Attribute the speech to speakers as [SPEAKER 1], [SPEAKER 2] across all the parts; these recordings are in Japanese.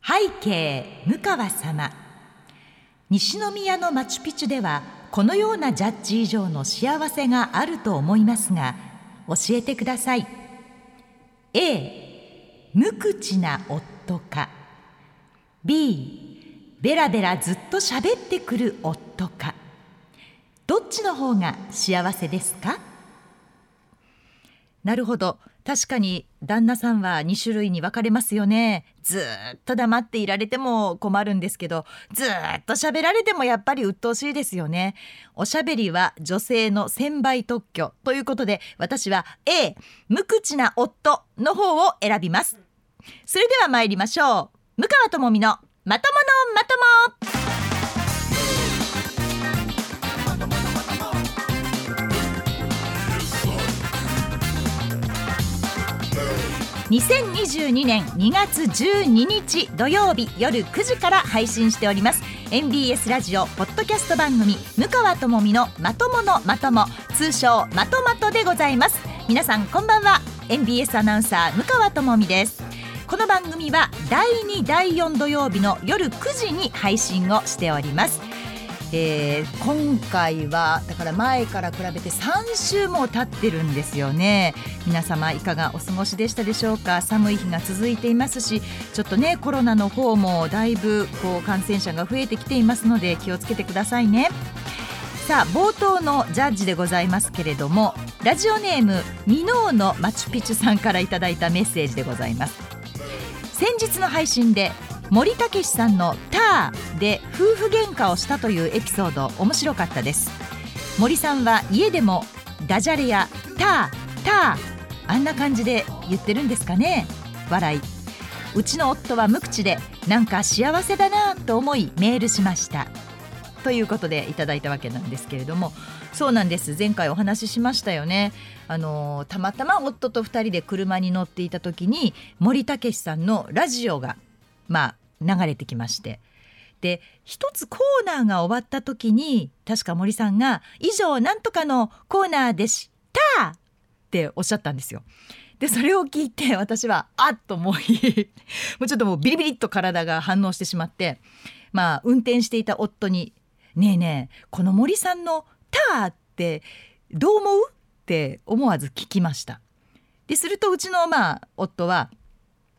[SPEAKER 1] 背景向川様西宮のマチュピチュではこのようなジャッジ以上の幸せがあると思いますが教えてください A 無口な夫か B ベラベラずっと喋ってくる夫かどっちの方が幸せですかなるほど確かに旦那さんは2種類に分かれますよねずーっと黙っていられても困るんですけどずーっと喋られてもやっぱり鬱陶しいですよねおしゃべりは女性の千倍特許ということで私は A 無口な夫の方を選びますそれでは参りましょう向川智美のまとものまとも2022年2月12日土曜日夜9時から配信しております NBS ラジオポッドキャスト番組「向川智美のまとものまとも」通称「まとまと」でございます皆さんこんばんは NBS アナウンサー向川智美ですこの番組は第2第4土曜日の夜9時に配信をしておりますえー今回はだから前から比べて3週も経ってるんですよね皆様いかがお過ごしでしたでしょうか寒い日が続いていますしちょっとねコロナの方もだいぶこう感染者が増えてきていますので気をつけてくださいねさあ冒頭のジャッジでございますけれどもラジオネームミノーのマチュピチュさんからいただいたメッセージでございます先日の配信で森武さんの「ター」で夫婦喧嘩をしたというエピソード面白かったです森さんは家でもダジャレや「ター」「ター」あんな感じで言ってるんですかね笑いうちの夫は無口でなんか幸せだなと思いメールしましたということでいただいたわけなんですけれどもそうなんです前回お話ししましたよねあのたまたま夫と2人で車に乗っていた時に森武さんのラジオがまあ、流れてきましてで一つコーナーが終わった時に確か森さんが「以上なんとかのコーナーでした!」っておっしゃったんですよ。でそれを聞いて 私はあっと思い もうちょっともうビリビリっと体が反応してしまってまあ運転していた夫に「ねえねえこの森さんの「ター」ってどう思う?」って思わず聞きました。でするとうちのまあ夫は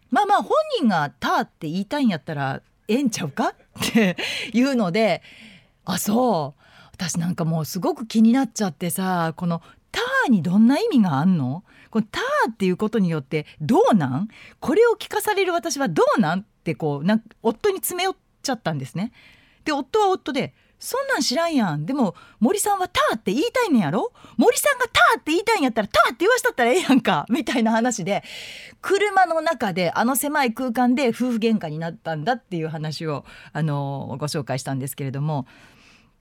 [SPEAKER 1] まあまあ本人が「ター」って言いたいんやったらええんちゃうかっていうのであそう私なんかもうすごく気になっちゃってさこの「ター」にどんな意味があんのこの「ター」っていうことによってどうなんこれを聞かされる私はどうなんってこうなんか夫に詰め寄っちゃったんですね。で夫は夫で「そんなん知らんやんでも森さんは「ター」って言いたいねんやろ森さんが「ター」って言いたいんやったら「ター」って言わしたったらええやんかみたいな話で車の中であの狭い空間で夫婦喧嘩になったんだっていう話を、あのご紹介したんですけれども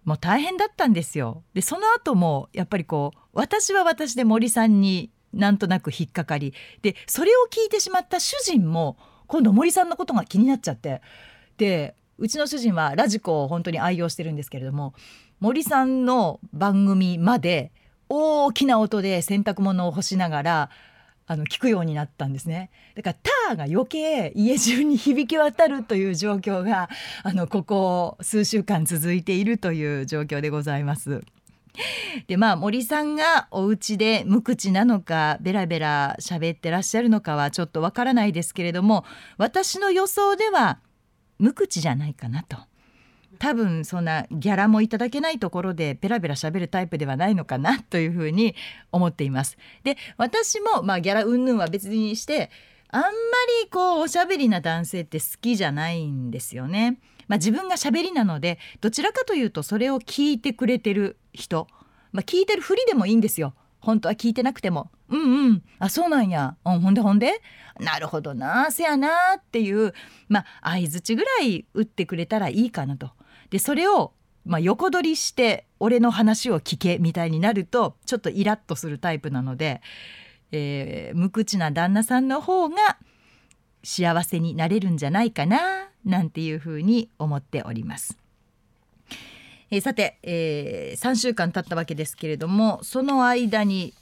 [SPEAKER 1] もう大変だったんですよ。でその後もやっぱりこう私は私で森さんになんとなく引っかかりでそれを聞いてしまった主人も今度森さんのことが気になっちゃってでうちの主人はラジコを本当に愛用してるんですけれども森さんの番組まで大きな音で洗濯物を干しながらあの聞くようになったんですねだからターが余計家中に響き渡るという状況があのここ数週間続いているという状況でございます。でまあ森さんがお家で無口なのかベラベラ喋ってらっしゃるのかはちょっとわからないですけれども私の予想では無口じゃないかなと多分そんなギャラもいただけないところでペラペラ喋るタイプではないのかなというふうに思っています。で私もまあギャラ云々は別にしてあんまりこうおしゃべりな男性って好きじゃないんですよね。まあ、自分がしゃべりなのでどちらかというとそれを聞いてくれてる人、まあ、聞いてるふりでもいいんですよ。本当は聞いてなくても「うんうんあそうなんや、うん、ほんでほんでなるほどなせやな」っていうまあ相づちぐらい打ってくれたらいいかなと。でそれをまあ、横取りして俺の話を聞けみたいになるとちょっとイラッとするタイプなので、えー無口な旦那さんの方が幸せになれるんじゃないかななんていうふうに思っております。えーさて、え3週間経ったわけですけれどもその間に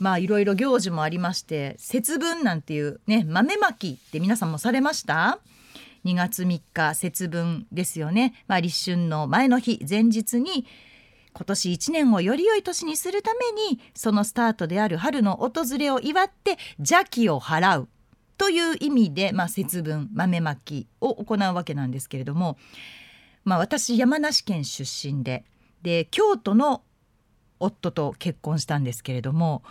[SPEAKER 1] まあいろいろ行事もありまして節分なんていうね豆まきって皆さんもされました2月3日節分ですよね、まあ、立春の前の日前日に今年1年をより良い年にするためにそのスタートである春の訪れを祝って邪気を払うという意味で、まあ、節分豆まきを行うわけなんですけれども、まあ、私山梨県出身でで京都の夫と結婚したんですけれども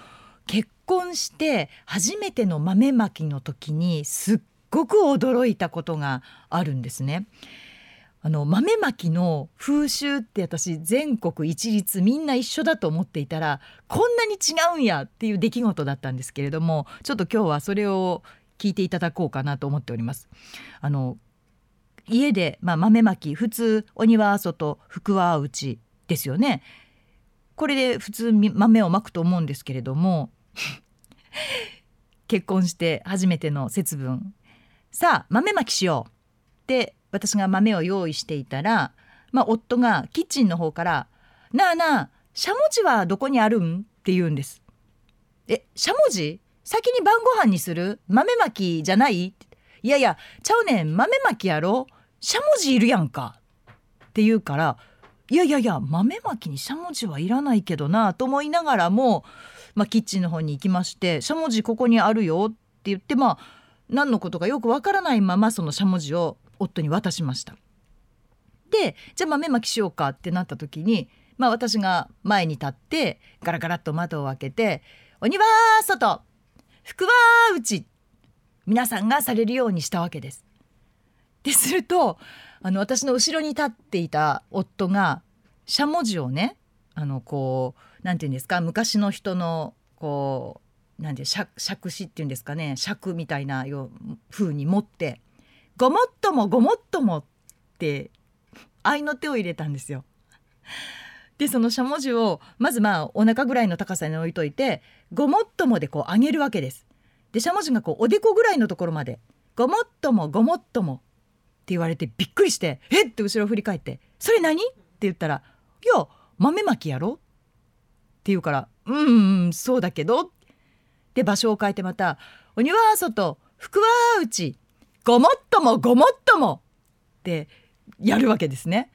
[SPEAKER 1] 結婚して初めての豆まきの時にすっごく驚いたことがあるんですね。あの豆まきの風習って私全国一律みんな一緒だと思っていたらこんなに違うんやっていう出来事だったんですけれどもちょっと今日はそれを聞いていただこうかなと思っております。あの家で、まあ、豆まき普通鬼は外福は内ですよね。これで普通み豆をまくと思うんですけれども 結婚して初めての節分さあ豆まきしようって私が豆を用意していたら、まあ、夫がキッチンの方から「なあなあしゃもじはどこにあるん?」って言うんです。えしゃもじ先に晩ご飯にする豆まきじゃないいやいやちゃうねん豆まきやろしゃもじいるやんかって言うからいやいやいや豆まきにしゃもじはいらないけどなと思いながらも、まあ、キッチンの方に行きまして「しゃもじここにあるよ」って言ってまあ何のことかよくわからないままそのしゃもじを夫に渡しました。でじゃあ豆まきしようかってなった時に、まあ、私が前に立ってガラガラっと窓を開けて「鬼は外福は内」皆さんがされるようにしたわけです。でするとあの私の後ろに立っていた夫がしゃもじをねあのこうなんていうんですか昔の人のこうなんて尺尺子っていうんですかね尺みたいなよう風に持って「ごもっともごもっとも」って愛の手を入れたんですよ。でそのしゃもじをまずまあお腹ぐらいの高さに置いといて「ごもっとも」でこう上げるわけです。でしゃもじがこうおでこぐらいのところまで「ごもっともごもっとも」って言われてびっくりして「えっ!」て後ろ振り返って「それ何?」って言ったら「いや豆まきやろ?」って言うから「うんうんそうだけど」で場所を変えてまた「鬼は外福は内ごもっともごもっとも」ってやるわけですね。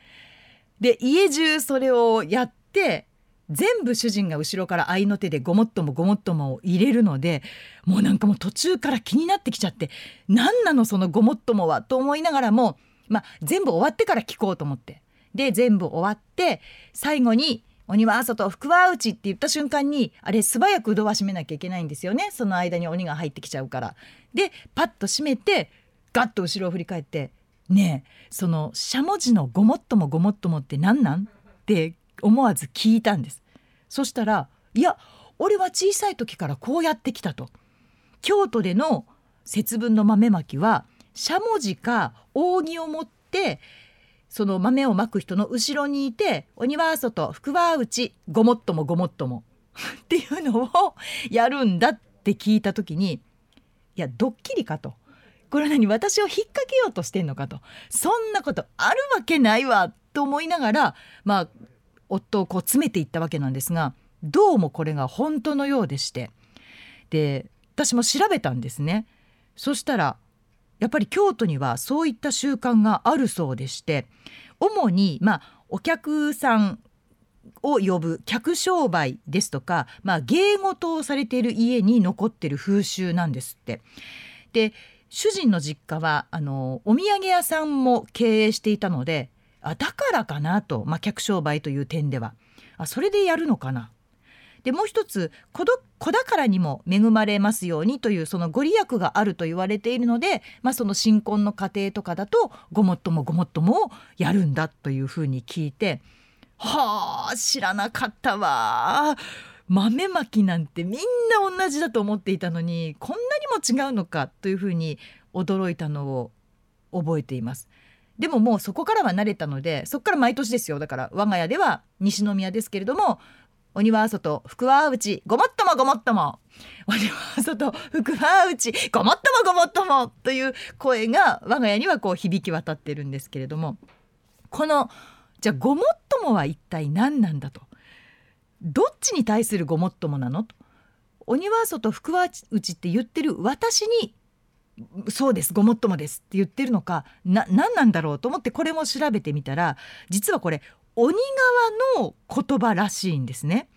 [SPEAKER 1] で家中それをやって全部主人が後ろから合いの手でごもっともごもっともを入れるのでもうなんかもう途中から気になってきちゃって何なのそのごもっともはと思いながらも、まあ、全部終わってから聞こうと思ってで全部終わって最後に「鬼は外福は内」って言った瞬間にあれ素早くドア閉めなきゃいけないんですよねその間に鬼が入ってきちゃうから。でパッと閉めてガッと後ろを振り返って「ねえそのしゃもじのごもっともごもっともって何なん?」って思わず聞いたんです。そしたら「いや俺は小さい時からこうやってきた」と。京都での節分の豆まきはしゃもじか扇を持ってその豆をまく人の後ろにいて「鬼は外福は内ごもっともごもっとも」っていうのをやるんだって聞いた時にいやドッキリかと。これは何私を引っ掛けようとしてんのかとそんなことあるわけないわと思いながらまあ夫をこう詰めていったわけなんですがどうもこれが本当のようでしてで私も調べたんですねそしたらやっぱり京都にはそういった習慣があるそうでして主にまあお客さんを呼ぶ客商売ですとか、まあ、芸事をされている家に残ってる風習なんですって。で主人の実家はあのお土産屋さんも経営していたのであだからかなと、まあ、客商売という点ではあそれでやるのかなでもう一つ子ど子宝にも恵まれますようにというそのご利益があると言われているので、まあ、その新婚の家庭とかだとごもっともごもっともをやるんだというふうに聞いてはあ知らなかったわ豆まきなんてみんな同じだと思っていたのにこんなにも違うのかというふうに驚いたのを覚えていますでももうそこからは慣れたのでそこから毎年ですよだから我が家では西宮ですけれども鬼は外福は内ごもっともごもっとも鬼は外福は内ごもっともごもっともという声が我が家にはこう響き渡ってるんですけれどもこのじゃあごもっともは一体何なんだとどっちに対するごもっともなのと鬼は外福は内って言ってる私にそうですごもっともですって言ってるのかな何なんだろうと思ってこれも調べてみたら実はこれ鬼側の言葉らしいんですね。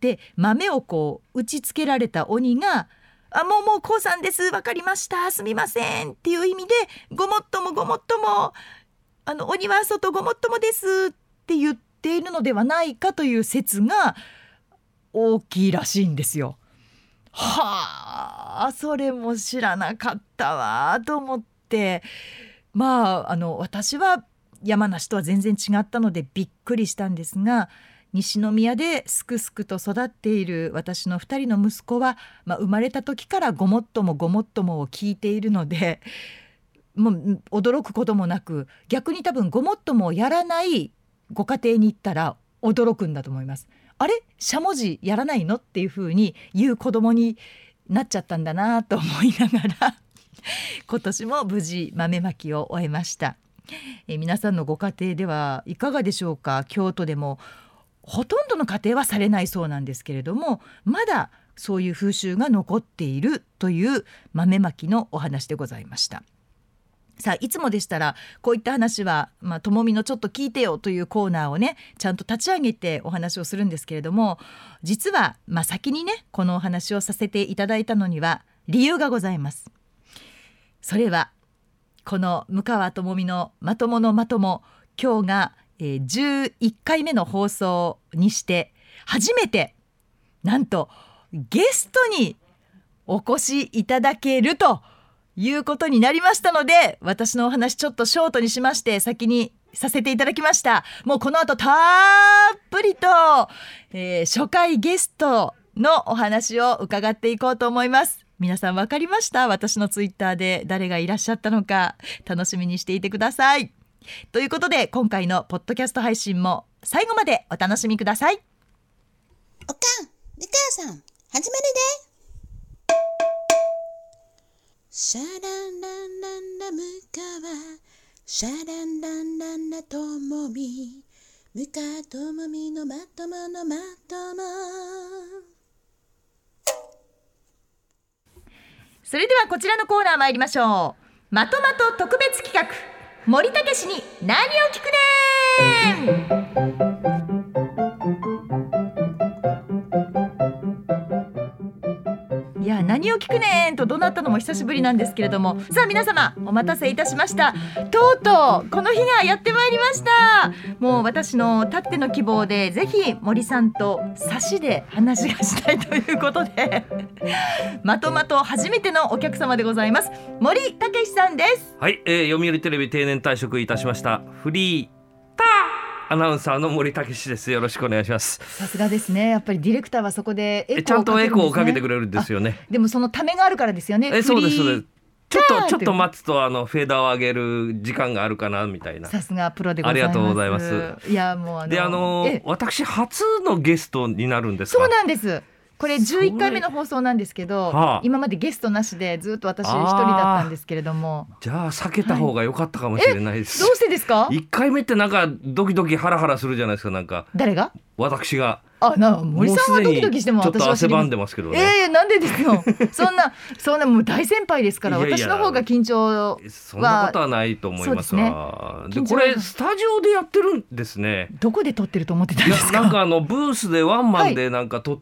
[SPEAKER 1] で豆をこう打ちつけられた鬼が「あもうもうこうさんです分かりましたすみません」っていう意味で「ごもっともごもっともあの鬼は外ごもっともです」って言っているのではないかという説が大きいらしいんですよ。はあそれも知らなかったわと思ってまああの私は山梨とは全然違ったのでびっくりしたんですが西宮ですくすくと育っている私の2人の息子は、まあ、生まれた時からごもっともごもっともを聞いているのでもう驚くこともなく逆に多分ごもっともをやらないご家庭に行ったら驚くんだと思います。あれしゃもじやらないのっていうふうに言う子供になっちゃったんだなと思いながら 今年も無事豆まきを終えましたえ皆さんのご家庭ではいかがでしょうか京都でもほとんどの家庭はされないそうなんですけれどもまだそういう風習が残っているという豆まきのお話でございました。さあいつもでしたらこういった話は「まあ、ともみのちょっと聞いてよ」というコーナーをねちゃんと立ち上げてお話をするんですけれども実は、まあ、先にねこのお話をさせていただいたのには理由がございます。それはこの向川ともみの「まとものまとも」今日が、えー、11回目の放送にして初めてなんとゲストにお越しいただけると。いうことになりましたので私のお話ちょっとショートにしまして先にさせていただきましたもうこの後たっぷりと、えー、初回ゲストのお話を伺っていこうと思います皆さん分かりました私のツイッターで誰がいらっしゃったのか楽しみにしていてくださいということで今回のポッドキャスト配信も最後までお楽しみください
[SPEAKER 2] おかん、みかやさん、始めるでシャランランランラムカワシャランランランラともみムカともみのまとものまとも
[SPEAKER 1] それではこちらのコーナー参りましょうまとまと特別企画森武氏に何を聞くねーんいや何を聞くねんと怒鳴ったのも久しぶりなんですけれどもさあ皆様お待たせいたしましたとうとうこの日がやってまいりましたもう私のたっての希望でぜひ森さんと差しで話がしたいということでまとまと初めてのお客様でございます森武さんです
[SPEAKER 3] はい、えー、読売テレビ定年退職いたしましたフリーターアナウンサーの森武ですよろしくお願いします
[SPEAKER 1] さすがですねやっぱりディレクターはそこで
[SPEAKER 3] えちゃんとエコーをかけてく
[SPEAKER 1] る
[SPEAKER 3] れるんですよね
[SPEAKER 1] すねでもそのためがあるからですよね
[SPEAKER 3] えそうで
[SPEAKER 1] フ
[SPEAKER 3] すそう
[SPEAKER 1] リー
[SPEAKER 3] ですちょっ
[SPEAKER 1] ター
[SPEAKER 3] とちょっと待つとあのフェーダーを上げる時間があるかなみたいな
[SPEAKER 1] さすがプロでございます
[SPEAKER 3] ありがとうございます
[SPEAKER 1] いやもうあの
[SPEAKER 3] であの
[SPEAKER 1] ええ
[SPEAKER 3] 私初のゲストになるんですか
[SPEAKER 1] そうなんです。これ
[SPEAKER 3] それ
[SPEAKER 1] 11回目の放送なんですけど、
[SPEAKER 3] はあ
[SPEAKER 1] 今までゲストなしでずっと私一人だったんですけれども、
[SPEAKER 3] じゃあ避けた方が良かったかもしれないです、
[SPEAKER 1] どうしてですか？
[SPEAKER 3] 一回目ってなんかドキドキハラハラするじゃないですかなんか
[SPEAKER 1] 誰が？
[SPEAKER 3] 私が
[SPEAKER 1] あ、な森さんはドキドキしても
[SPEAKER 3] うすで
[SPEAKER 1] 私
[SPEAKER 3] にちょっと
[SPEAKER 1] は
[SPEAKER 3] 汗
[SPEAKER 1] 知り
[SPEAKER 3] ば
[SPEAKER 1] ま
[SPEAKER 3] ん
[SPEAKER 1] せん。
[SPEAKER 3] でますけどね、
[SPEAKER 1] ええなんでですよ。そんなそんなもう大先輩ですから、
[SPEAKER 3] いやい
[SPEAKER 1] 私
[SPEAKER 3] や
[SPEAKER 1] の方が緊張。
[SPEAKER 3] そんなことはないと思いますが、
[SPEAKER 1] そうですね
[SPEAKER 3] でこ
[SPEAKER 1] 緊張
[SPEAKER 3] れ
[SPEAKER 1] が
[SPEAKER 3] スタジオでやってるんですね。
[SPEAKER 1] どこで撮ってると思ってたん
[SPEAKER 3] い
[SPEAKER 1] で
[SPEAKER 3] や
[SPEAKER 1] す
[SPEAKER 3] なんか
[SPEAKER 1] か？
[SPEAKER 3] あのブースでワンマンでなんか撮っ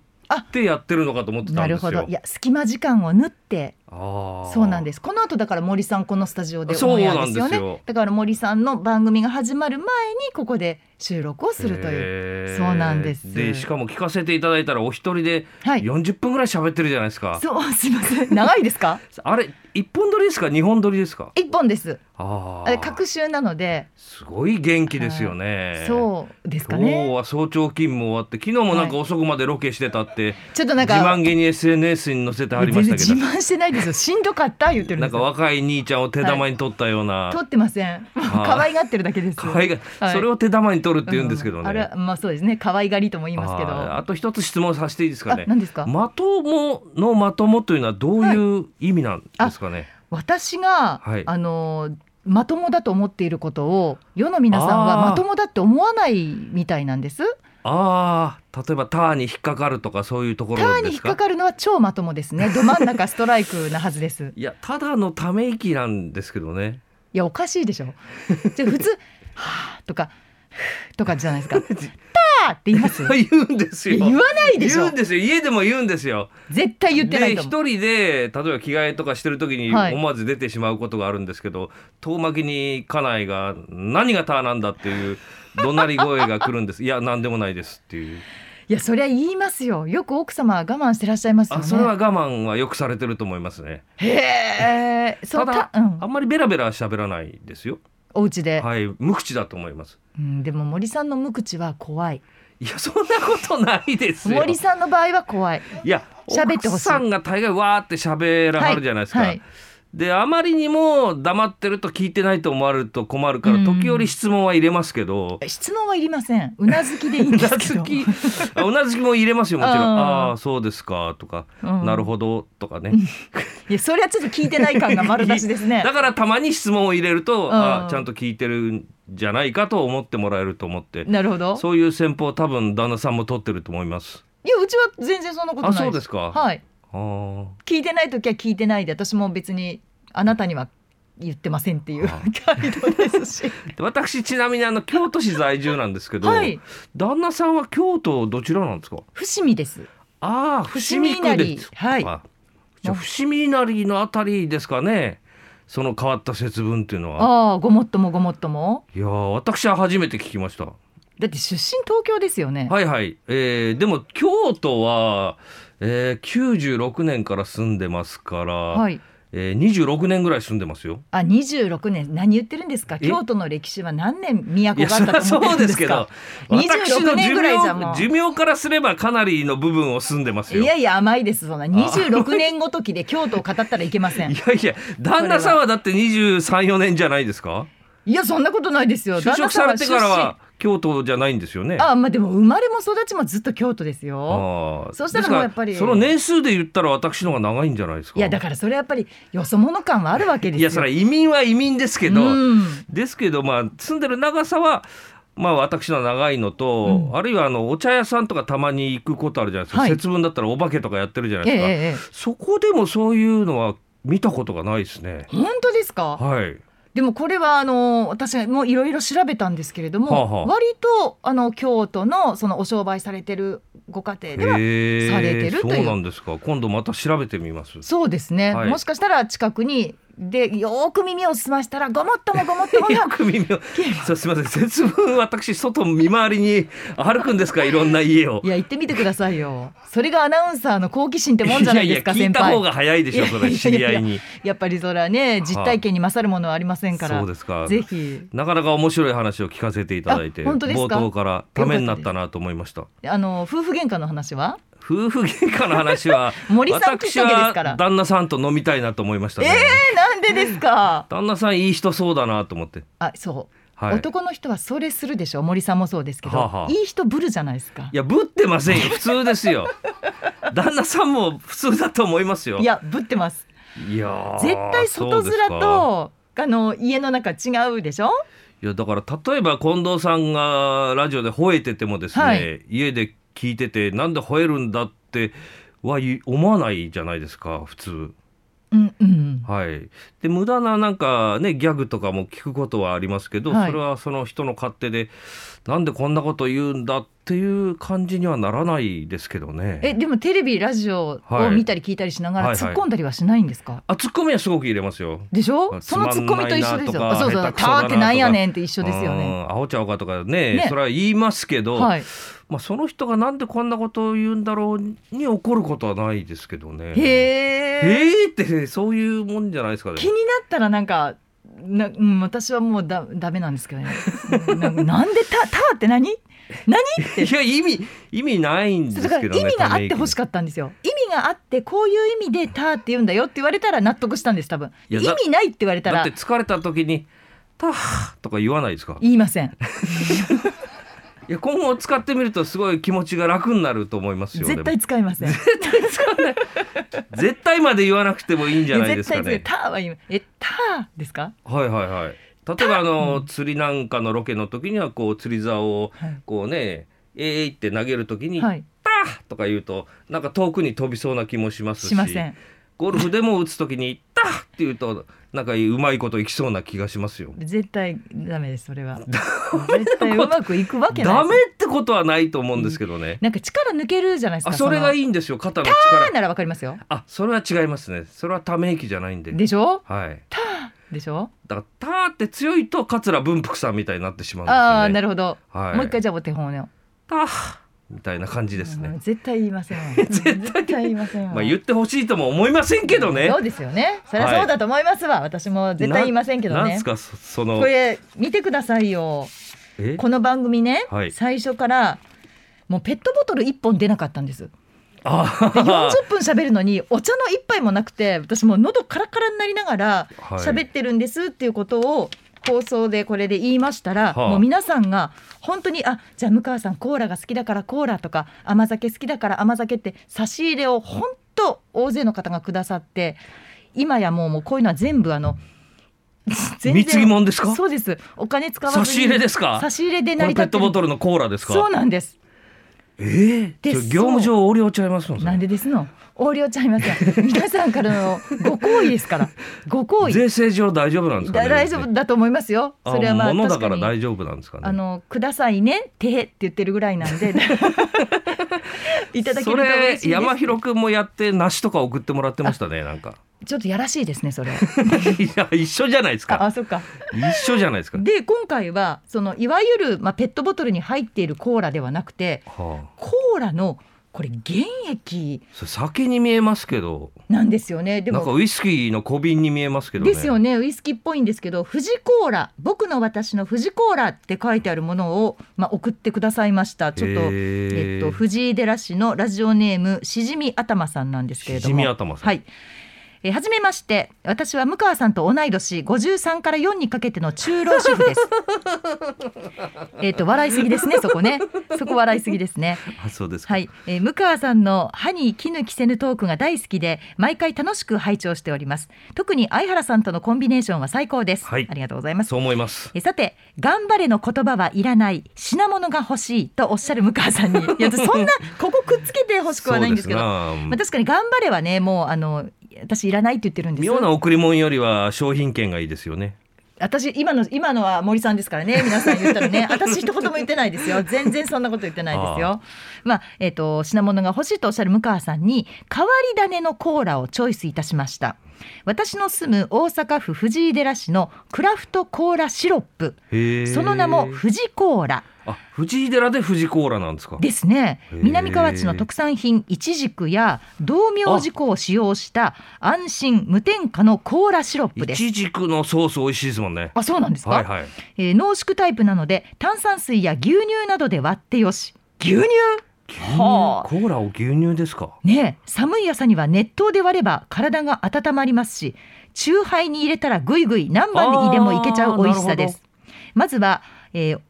[SPEAKER 3] てやってるのかと思ってた
[SPEAKER 1] なん
[SPEAKER 3] で
[SPEAKER 1] る
[SPEAKER 3] すよ。
[SPEAKER 1] ほど。いや隙間時間を縫って
[SPEAKER 3] あ
[SPEAKER 1] そうなんですすこの後だから森さんこのスタジオで
[SPEAKER 3] そ
[SPEAKER 1] オ
[SPEAKER 3] う
[SPEAKER 1] ンエ
[SPEAKER 3] な
[SPEAKER 1] ア
[SPEAKER 3] ん
[SPEAKER 1] で
[SPEAKER 3] ですすよ
[SPEAKER 1] よねだから森さんの番組が始まる前にここで収録をするという、
[SPEAKER 3] いう
[SPEAKER 1] そうなんです
[SPEAKER 3] でしかも聞かせていただいたらお一人で
[SPEAKER 1] はい
[SPEAKER 3] 40分ぐらい喋ってるじゃないですか、
[SPEAKER 1] そうすいません長いです か
[SPEAKER 3] あれ一本撮りですか二本撮りですか
[SPEAKER 1] 一本です
[SPEAKER 3] あ
[SPEAKER 1] あれ
[SPEAKER 3] あ
[SPEAKER 1] 隔週なのです
[SPEAKER 3] ごい元気ですよね
[SPEAKER 1] そうですか
[SPEAKER 3] 今日
[SPEAKER 1] ね
[SPEAKER 3] は早朝勤務終わって昨日もなんか遅くまでロケしてたって、
[SPEAKER 1] ちょっとなん
[SPEAKER 3] 自
[SPEAKER 1] か
[SPEAKER 3] 慢げに SNS に載せてありま
[SPEAKER 1] 全然
[SPEAKER 3] したけ
[SPEAKER 1] 自
[SPEAKER 3] ど
[SPEAKER 1] 慢してないですよしんどかった言ってるん
[SPEAKER 3] な
[SPEAKER 1] で
[SPEAKER 3] ん
[SPEAKER 1] す
[SPEAKER 3] か
[SPEAKER 1] よ
[SPEAKER 3] 若い兄ちゃんを手玉に取ったような、
[SPEAKER 1] 撮ってませんもう可愛がってるだけです
[SPEAKER 3] 可愛がそれを手玉に取るって言うんですけどね、
[SPEAKER 1] あれまあそうですね可愛がりとも言いますけど
[SPEAKER 3] はい
[SPEAKER 1] あ
[SPEAKER 3] あと一つ質問させていいですかね
[SPEAKER 1] 何ですか
[SPEAKER 3] まとものまともというのはどういう意味なんですかね、
[SPEAKER 1] 私が、
[SPEAKER 3] はい
[SPEAKER 1] あのまともだと思っていることを世の皆さんは
[SPEAKER 3] あー
[SPEAKER 1] まともだって思わないみたいなんです
[SPEAKER 3] ああ例えばターに引っかかるとかそういうとこ
[SPEAKER 1] タ
[SPEAKER 3] ろですか
[SPEAKER 1] ーに引っかかるのは超まともです ねど真ん中ストライクなはずです
[SPEAKER 3] いやただのため息なんですけどね
[SPEAKER 1] いやおかしいでしょじゃあ普通「はあ」とか「とかじゃない ですか「ター」って言います
[SPEAKER 3] 言うんですよ
[SPEAKER 1] 言わないでし
[SPEAKER 3] 言う
[SPEAKER 1] ょ
[SPEAKER 3] んですよ家でも言うんですよ
[SPEAKER 1] 絶対言ってない
[SPEAKER 3] で
[SPEAKER 1] と
[SPEAKER 3] 一
[SPEAKER 1] 思う
[SPEAKER 3] 人で例えば着替えとかしてる時に
[SPEAKER 1] はい
[SPEAKER 3] 思わず出てしまうことがあるんですけど、遠巻きに家内が「何がターなんだ」っていう怒鳴り声が来るんです「い や何でもないです」っていう
[SPEAKER 1] いやそりゃ言いますよよく奥様は我慢してらっしゃいますよ
[SPEAKER 3] あ
[SPEAKER 1] ね
[SPEAKER 3] それは我慢はよくされてると思いますね
[SPEAKER 1] へえその
[SPEAKER 3] ただ
[SPEAKER 1] た、うん
[SPEAKER 3] あ、んまりベラベラ喋らないですよ
[SPEAKER 1] お家で、
[SPEAKER 3] はい無口だと思います
[SPEAKER 1] うん、でも森さんの無口は怖い
[SPEAKER 3] いやそんなことないですよ
[SPEAKER 1] 森さんの場合は怖い
[SPEAKER 3] いや
[SPEAKER 1] 喋ってほしい
[SPEAKER 3] 奥さんが大概わーって喋らはるじゃないですか、
[SPEAKER 1] はいはい
[SPEAKER 3] であまりにも黙ってると聞いてないと思われると困るから
[SPEAKER 1] うん
[SPEAKER 3] 時折質問は入れますけど、
[SPEAKER 1] 質問はいりませんうなずきでいいん
[SPEAKER 3] う
[SPEAKER 1] で
[SPEAKER 3] な
[SPEAKER 1] すけ
[SPEAKER 3] ず
[SPEAKER 1] ど
[SPEAKER 3] きあうなずきも入れますよもちろん
[SPEAKER 1] うん
[SPEAKER 3] ああーそうですかとか、
[SPEAKER 1] うん
[SPEAKER 3] なるほどとかね
[SPEAKER 1] いやそれはちょっと聞いてない感が丸出しですね
[SPEAKER 3] だからたまに質問を入れると、
[SPEAKER 1] ん
[SPEAKER 3] ああちゃんと聞いてるんじゃないかと思ってもらえると思って
[SPEAKER 1] なるほど
[SPEAKER 3] そういう戦法多分旦那さんも取ってると思います
[SPEAKER 1] いやうちは全然そんなことない
[SPEAKER 3] あそうですか
[SPEAKER 1] はい
[SPEAKER 3] あー
[SPEAKER 1] 聞いてない時は聞いてないで私も別にあなたには言ってませんっていう
[SPEAKER 3] あ
[SPEAKER 1] 態度ですし
[SPEAKER 3] で私ちなみにあの京都市在住なんですけ ど、
[SPEAKER 1] はい
[SPEAKER 3] 旦那さんは京都どちらなんですか
[SPEAKER 1] 伏見です
[SPEAKER 3] ああ
[SPEAKER 1] 伏
[SPEAKER 3] 伏
[SPEAKER 1] 見
[SPEAKER 3] 見
[SPEAKER 1] 稲
[SPEAKER 3] 区
[SPEAKER 1] 荷
[SPEAKER 3] です
[SPEAKER 1] はい
[SPEAKER 3] あじゃあ伏見稲荷のあたりですかねその変わった節分っていうのは
[SPEAKER 1] ああごもっともごもっとも
[SPEAKER 3] いやー私は初めて聞きました
[SPEAKER 1] だって出身東京ですよね
[SPEAKER 3] はいはい、えーでも京都は、えー、96年から住んでますから、
[SPEAKER 1] はい
[SPEAKER 3] えー、26年ぐらい住んでますよ
[SPEAKER 1] あ26年何言ってるんですか
[SPEAKER 3] え
[SPEAKER 1] 京都の歴史は何年都
[SPEAKER 3] いや
[SPEAKER 1] があ
[SPEAKER 3] そ
[SPEAKER 1] っ
[SPEAKER 3] りゃ
[SPEAKER 1] たと思
[SPEAKER 3] そ
[SPEAKER 1] ってる
[SPEAKER 3] う
[SPEAKER 1] ん
[SPEAKER 3] で
[SPEAKER 1] ですす
[SPEAKER 3] けど
[SPEAKER 1] か
[SPEAKER 3] 私の
[SPEAKER 1] 26年ぐらいじゃもう
[SPEAKER 3] 寿命寿命からすればかなりの部分を住んでますよ
[SPEAKER 1] いやいや甘いですそんな26年ごときで京都を語ったらいけません
[SPEAKER 3] いやいや旦那さんはだって234年じゃないですか
[SPEAKER 1] いやそんなことないですよ。
[SPEAKER 3] 就
[SPEAKER 1] 旦那
[SPEAKER 3] 職さ
[SPEAKER 1] ん
[SPEAKER 3] れてからは京都じゃないんですよね
[SPEAKER 1] 出身。あまあでも生まれも育ちもずっと京都ですよ。
[SPEAKER 3] ああ
[SPEAKER 1] そうしたらもうやっぱり
[SPEAKER 3] ですからその年数で言ったら私の方が長いんじゃないですか
[SPEAKER 1] いやだからそれやっぱりよそ者感はあるわけですよ。
[SPEAKER 3] いやそれは移民は移民ですけど、
[SPEAKER 1] うん
[SPEAKER 3] ですけどまあ住んでる長さはまあ私の長いのと、あるいはあのお茶屋さんとかたまに行くことあるじゃないですか、
[SPEAKER 1] はい
[SPEAKER 3] 節分だったらお化けとかやってるじゃない
[SPEAKER 1] ええ
[SPEAKER 3] ですか、
[SPEAKER 1] ええ
[SPEAKER 3] そこでもそういうのは見たことがないですね
[SPEAKER 1] 本当ですか。
[SPEAKER 3] はい
[SPEAKER 1] でもこれはあの私もいろいろ調べたんですけれども、
[SPEAKER 3] はあはあ
[SPEAKER 1] 割とあの京都のそのお商売されてるご家庭では
[SPEAKER 3] へえ
[SPEAKER 1] されてるという
[SPEAKER 3] そうなんですか今度また調べてみます
[SPEAKER 1] そうですね、
[SPEAKER 3] はい
[SPEAKER 1] もしかしたら近くにでよーく耳を澄ましたらごもっともごもっと もな
[SPEAKER 3] よく耳をそうすみません節分私外見回りに歩くんですかいろんな家を
[SPEAKER 1] いや行ってみてくださいよそれがアナウンサーの好奇心ってもんじゃないですか
[SPEAKER 3] いやいや聞
[SPEAKER 1] 先
[SPEAKER 3] いた
[SPEAKER 1] 輩
[SPEAKER 3] 方が早いでしょそれ知り合いに
[SPEAKER 1] やっぱりそれはね実体験に勝るものはありませんから、
[SPEAKER 3] そうですか
[SPEAKER 1] ぜひ
[SPEAKER 3] なかなか面白い話を聞かせていただいて
[SPEAKER 1] あ本当です
[SPEAKER 3] 冒
[SPEAKER 1] か
[SPEAKER 3] 頭からためになったなと思いました
[SPEAKER 1] あの夫婦喧嘩の話は
[SPEAKER 3] 夫婦喧嘩の話は
[SPEAKER 1] 森さんきっ
[SPEAKER 3] 私
[SPEAKER 1] かけです
[SPEAKER 3] は
[SPEAKER 1] から
[SPEAKER 3] 旦那さんと飲みたいなと思いましたね、
[SPEAKER 1] えーなんでですか
[SPEAKER 3] 旦那さんいい人そうだなと思って
[SPEAKER 1] あそう、
[SPEAKER 3] はい
[SPEAKER 1] 男の人はそれするでしょ森さんもそうですけど、
[SPEAKER 3] はあはあ
[SPEAKER 1] いい人ぶるじゃないですか
[SPEAKER 3] いやぶってませんよ普通ですよ旦那さんも普通だと思いますよ
[SPEAKER 1] いやぶってます
[SPEAKER 3] いやー
[SPEAKER 1] 絶対外
[SPEAKER 3] そうです
[SPEAKER 1] 面
[SPEAKER 3] か
[SPEAKER 1] とあの家の中違うでしょ
[SPEAKER 3] いやだから例えば近藤さんがラジオで吠えててもですね、
[SPEAKER 1] はい
[SPEAKER 3] 家で聞いててなんで吠えるんだっては言い思わないじゃないですか普通。
[SPEAKER 1] うんうん
[SPEAKER 3] はい、で無駄ななんかねギャグとかも聞くことはありますけど、
[SPEAKER 1] はい
[SPEAKER 3] それはその人の勝手でなんでこんなこと言うんだっっていう感じにはならないですけどね。
[SPEAKER 1] えでもテレビラジオを見たり聞いたりしながら
[SPEAKER 3] はい
[SPEAKER 1] 突っ込んだりはしないんですか、
[SPEAKER 3] あツッコミはすごく入れますよ。
[SPEAKER 1] でしょ
[SPEAKER 3] あ
[SPEAKER 1] そのツッコミと一緒です
[SPEAKER 3] つ
[SPEAKER 1] よ
[SPEAKER 3] まんないな
[SPEAKER 1] あ
[SPEAKER 3] とか
[SPEAKER 1] そうそう
[SPEAKER 3] 下手
[SPEAKER 1] 「
[SPEAKER 3] くそだな
[SPEAKER 1] たー
[SPEAKER 3] とか
[SPEAKER 1] ってなんやねん」って一緒ですよ
[SPEAKER 3] う
[SPEAKER 1] ね
[SPEAKER 3] ん。アホちゃうかとかね
[SPEAKER 1] ね
[SPEAKER 3] それは言いますけど、
[SPEAKER 1] はい、
[SPEAKER 3] まあ、その人がなんでこんなことを言うんだろうに怒ることはないですけど
[SPEAKER 1] へ
[SPEAKER 3] ね。
[SPEAKER 1] え
[SPEAKER 3] えーってそういうもんじゃないですかね
[SPEAKER 1] 気。になったらなんかな、うん、私はもうだダメなんですけどねななんで「た」たーって何何って
[SPEAKER 3] いや意味意味ないんで
[SPEAKER 1] だ
[SPEAKER 3] す
[SPEAKER 1] か
[SPEAKER 3] け
[SPEAKER 1] ら
[SPEAKER 3] どね。
[SPEAKER 1] 意味があってほし
[SPEAKER 3] っ
[SPEAKER 1] かったんですよ意味があってこういう意味で「た」って言うんだよって言われたら納得したんです多分意
[SPEAKER 3] いやだ
[SPEAKER 1] 味ないって言われた
[SPEAKER 3] だっ
[SPEAKER 1] ら
[SPEAKER 3] て疲れた時に「たーとか言わないですか。
[SPEAKER 1] 言いません
[SPEAKER 3] いや今後使ってみるとすごい気持ちが楽になると思いますよ。
[SPEAKER 1] 絶
[SPEAKER 3] で
[SPEAKER 1] 対使いません
[SPEAKER 3] も絶対まで言わなくてもいいんじゃないです
[SPEAKER 1] 絶対
[SPEAKER 3] か
[SPEAKER 1] 使い
[SPEAKER 3] ね。
[SPEAKER 1] たーは言うえたーですか
[SPEAKER 3] はいはいはい。例えばあの釣りなんかのロケの時にはこう釣り竿を
[SPEAKER 1] はい
[SPEAKER 3] こうね「えい」って投げる時に「
[SPEAKER 1] はい
[SPEAKER 3] タッとか言うとなんか遠くに飛びそうな気もしますし
[SPEAKER 1] しません
[SPEAKER 3] ゴルフでも打つ時に「タッ」って言うとなんかうまいこといきそうな気がしますよ。
[SPEAKER 1] 絶対ダメですそ れは絶対うまくいくわけな
[SPEAKER 3] ダ
[SPEAKER 1] い
[SPEAKER 3] メ
[SPEAKER 1] です
[SPEAKER 3] ってことはないと思うんですけどね。
[SPEAKER 1] なんか力抜けるじゃないですか
[SPEAKER 3] あそれが
[SPEAKER 1] い
[SPEAKER 3] いいんですよ肩の
[SPEAKER 1] た
[SPEAKER 3] 力
[SPEAKER 1] ー。ならわかりますよ
[SPEAKER 3] あそれは違いますね。それはため息じゃないんで。
[SPEAKER 1] でしょ
[SPEAKER 3] はい。
[SPEAKER 1] たーでしょ
[SPEAKER 3] だから「ター」って強いと桂文福さんみたいになってしまうんですよね。
[SPEAKER 1] ああーなるほど
[SPEAKER 3] はい
[SPEAKER 1] もう一回じゃあお手本をね
[SPEAKER 3] ターみたいな感じですね。
[SPEAKER 1] 絶対言いませ ん絶対言いません
[SPEAKER 3] まあ言ってほしいとも思いませんけどね
[SPEAKER 1] そ。うですよねそりゃそうだと思いますわ、私も絶対言いませんけど
[SPEAKER 3] ななん
[SPEAKER 1] ね
[SPEAKER 3] すかそその
[SPEAKER 1] これ見てくださいよ
[SPEAKER 3] え
[SPEAKER 1] この番組ね、
[SPEAKER 3] はい
[SPEAKER 1] 最初からもうペットボトル1本出なかったんです
[SPEAKER 3] あ
[SPEAKER 1] で40分喋るのにお茶の一杯もなくて私もう喉カラカラになりながら
[SPEAKER 3] はい
[SPEAKER 1] 喋ってるんですっていうことを放送でこれで言いましたら、
[SPEAKER 3] はあ
[SPEAKER 1] もう皆さんが本当にあじゃあ向川さんコーラが好きだからコーラとか甘酒好きだから甘酒って差し入れを本当大勢の方がくださって今やもうもうこういうのは全部あの全然
[SPEAKER 3] 貢ぎ物ですか
[SPEAKER 1] そうですお金使わずに
[SPEAKER 3] 差し入れですか
[SPEAKER 1] 差し入れで
[SPEAKER 3] こ
[SPEAKER 1] 成り
[SPEAKER 3] れ
[SPEAKER 1] 立
[SPEAKER 3] ペ
[SPEAKER 1] っ
[SPEAKER 3] ッ
[SPEAKER 1] て
[SPEAKER 3] ト
[SPEAKER 1] る
[SPEAKER 3] ボトルのコーラですか
[SPEAKER 1] そうなんです
[SPEAKER 3] ええ
[SPEAKER 1] で
[SPEAKER 3] それ業務上横領ちゃいますのそれ
[SPEAKER 1] なんでですの横領ちゃいません皆さんからのご好意です からご好意
[SPEAKER 3] 税制上大丈夫なんですか
[SPEAKER 1] だ
[SPEAKER 3] ね
[SPEAKER 1] 大丈夫だと思いますよ
[SPEAKER 3] あ
[SPEAKER 1] それはまあ確
[SPEAKER 3] 物だ
[SPEAKER 1] か
[SPEAKER 3] から
[SPEAKER 1] に
[SPEAKER 3] 大丈夫なんですかね
[SPEAKER 1] あのくださいねてへって言ってるぐらいなんで いただけ
[SPEAKER 3] そ
[SPEAKER 1] ると嬉
[SPEAKER 3] れ
[SPEAKER 1] しい
[SPEAKER 3] 山
[SPEAKER 1] です
[SPEAKER 3] 広くんもやって梨とか送ってもらってましたねな んか
[SPEAKER 1] ちょっとやらしいですねそれ
[SPEAKER 3] いや一緒じゃないです
[SPEAKER 1] あ
[SPEAKER 3] か
[SPEAKER 1] あそっか
[SPEAKER 3] 一緒じゃないですか、
[SPEAKER 1] で今回はそのいわゆるまあペットボトルに入っているコーラではなくて
[SPEAKER 3] はあ、
[SPEAKER 1] コーラのこれ原液
[SPEAKER 3] それ酒に見えますけど
[SPEAKER 1] なんですよねで
[SPEAKER 3] な
[SPEAKER 1] も
[SPEAKER 3] んかウイスキーの小瓶に見えますけどね
[SPEAKER 1] ですよねウイスキーっぽいんですけど「富士コーラ僕の私の富士コーラ」って書いてあるものを、まあ、送ってくださいましたちょっと、
[SPEAKER 3] へ
[SPEAKER 1] え
[SPEAKER 3] ー
[SPEAKER 1] っと、藤井寺市のラジオネームしじみ頭さんなんですけれども
[SPEAKER 3] しじみ頭さん
[SPEAKER 1] はいえーはじめまして私は向川さんと同い年53から4にかけての中老主婦 ですえっと笑いすぎですねそこねそこ笑いすぎですね
[SPEAKER 3] あそうですか、
[SPEAKER 1] はい、えー、向川さんの歯に衣着せぬトークが大好きで毎回楽しく拝聴しております特に相原さんとのコンビネーションは最高です、
[SPEAKER 3] はい
[SPEAKER 1] ありがとうございます
[SPEAKER 3] そう思います
[SPEAKER 1] えーさて頑張れの言葉はいらない品物が欲しいとおっしゃる向川さんにいやそ んなここくっつけて欲しくはないんですけど
[SPEAKER 3] そうですな
[SPEAKER 1] まあ、確かに頑張れはねもうあの私いらないって言ってるんです
[SPEAKER 3] 妙な贈り物よりは商品券がいいですよね
[SPEAKER 1] 私今の今のは森さんですから ね皆さん言ったらね私一言も言ってないですよ全然そんなこと言ってないですよまあえっ、と品物が欲しいとおっしゃる向川さんに変わり種のコーラをチョイスいたしました私の住む大阪府藤井寺市のクラフトコーラシロップ
[SPEAKER 3] へえ
[SPEAKER 1] その名も富士コーラ
[SPEAKER 3] あ藤井寺で富士コーラなんですか
[SPEAKER 1] ですね
[SPEAKER 3] へー
[SPEAKER 1] 南河内の特産品いちじくや道明寺粉を使用した安心無添加のコーラシロップです
[SPEAKER 3] いちじくのソース美味しいですもんね
[SPEAKER 1] あそうなんですか、
[SPEAKER 3] はいはい
[SPEAKER 1] えー濃縮タイプなので炭酸水や牛乳などで割ってよし牛乳はあ
[SPEAKER 3] コーラを牛乳ですか
[SPEAKER 1] ねえ寒い朝には熱湯で割れば体が温まりますし酎ハイに入れたらぐいぐい何番に入れもいけちゃう美味しさですまずは、えー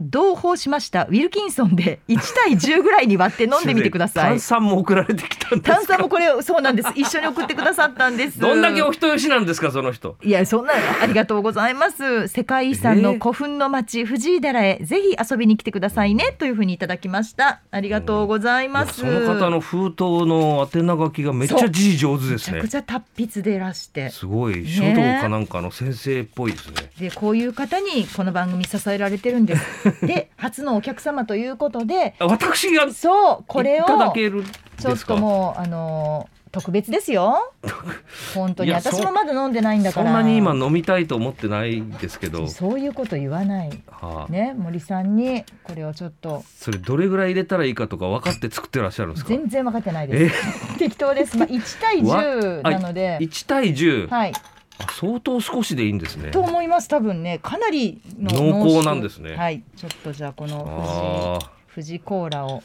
[SPEAKER 1] 同胞しましたウィルキンソンで1対10ぐらいに割って飲んでみてくだ さい
[SPEAKER 3] 炭酸も送られてきたんです
[SPEAKER 1] 炭酸もこれそうなんです一緒に送ってくださったんです
[SPEAKER 3] どんだけお人よしなんですかその人
[SPEAKER 1] いやそんなありがとうございます世界遺産の古墳の町藤井寺へぜひ遊びに来てくださいねというふうにいただきましたありがとうござい
[SPEAKER 3] いや
[SPEAKER 1] ます
[SPEAKER 3] その方の封筒の宛名書きがめっち
[SPEAKER 1] そう
[SPEAKER 3] ゃ字上手で
[SPEAKER 1] め
[SPEAKER 3] す
[SPEAKER 1] ちゃ
[SPEAKER 3] ね
[SPEAKER 1] くちゃ達筆でいらして
[SPEAKER 3] すごい
[SPEAKER 1] ね
[SPEAKER 3] 書道かなんかの先生っぽいですね
[SPEAKER 1] でこういう方にこの番組支えられてるんです で初のお客様ということで
[SPEAKER 3] あ私が
[SPEAKER 1] そうこれを
[SPEAKER 3] いただけるん
[SPEAKER 1] ちょ
[SPEAKER 3] で
[SPEAKER 1] っ
[SPEAKER 3] すか
[SPEAKER 1] ともうあのー特別ですよ本当
[SPEAKER 3] い
[SPEAKER 1] に
[SPEAKER 3] やそ
[SPEAKER 1] 私もまだ飲んでないんだか
[SPEAKER 3] そん
[SPEAKER 1] ら
[SPEAKER 3] なに今飲みたいと思ってないですけど、
[SPEAKER 1] そういうこと言わない
[SPEAKER 3] はあ
[SPEAKER 1] ね森さんにこれをちょっと
[SPEAKER 3] それどれぐらい入れたらいいかとか分かって作ってらっしゃるんですか
[SPEAKER 1] 全然分かってない
[SPEAKER 3] え
[SPEAKER 1] です適当ですまあ1対10
[SPEAKER 3] わ
[SPEAKER 1] なので
[SPEAKER 3] 1対10、
[SPEAKER 1] はい
[SPEAKER 3] あ相当少しでいいんですね
[SPEAKER 1] と思います多分ねかなりの
[SPEAKER 3] 濃厚
[SPEAKER 1] 濃縮
[SPEAKER 3] なんですね
[SPEAKER 1] はいちょっとじゃあこの
[SPEAKER 3] あ
[SPEAKER 1] 富士富士コーラを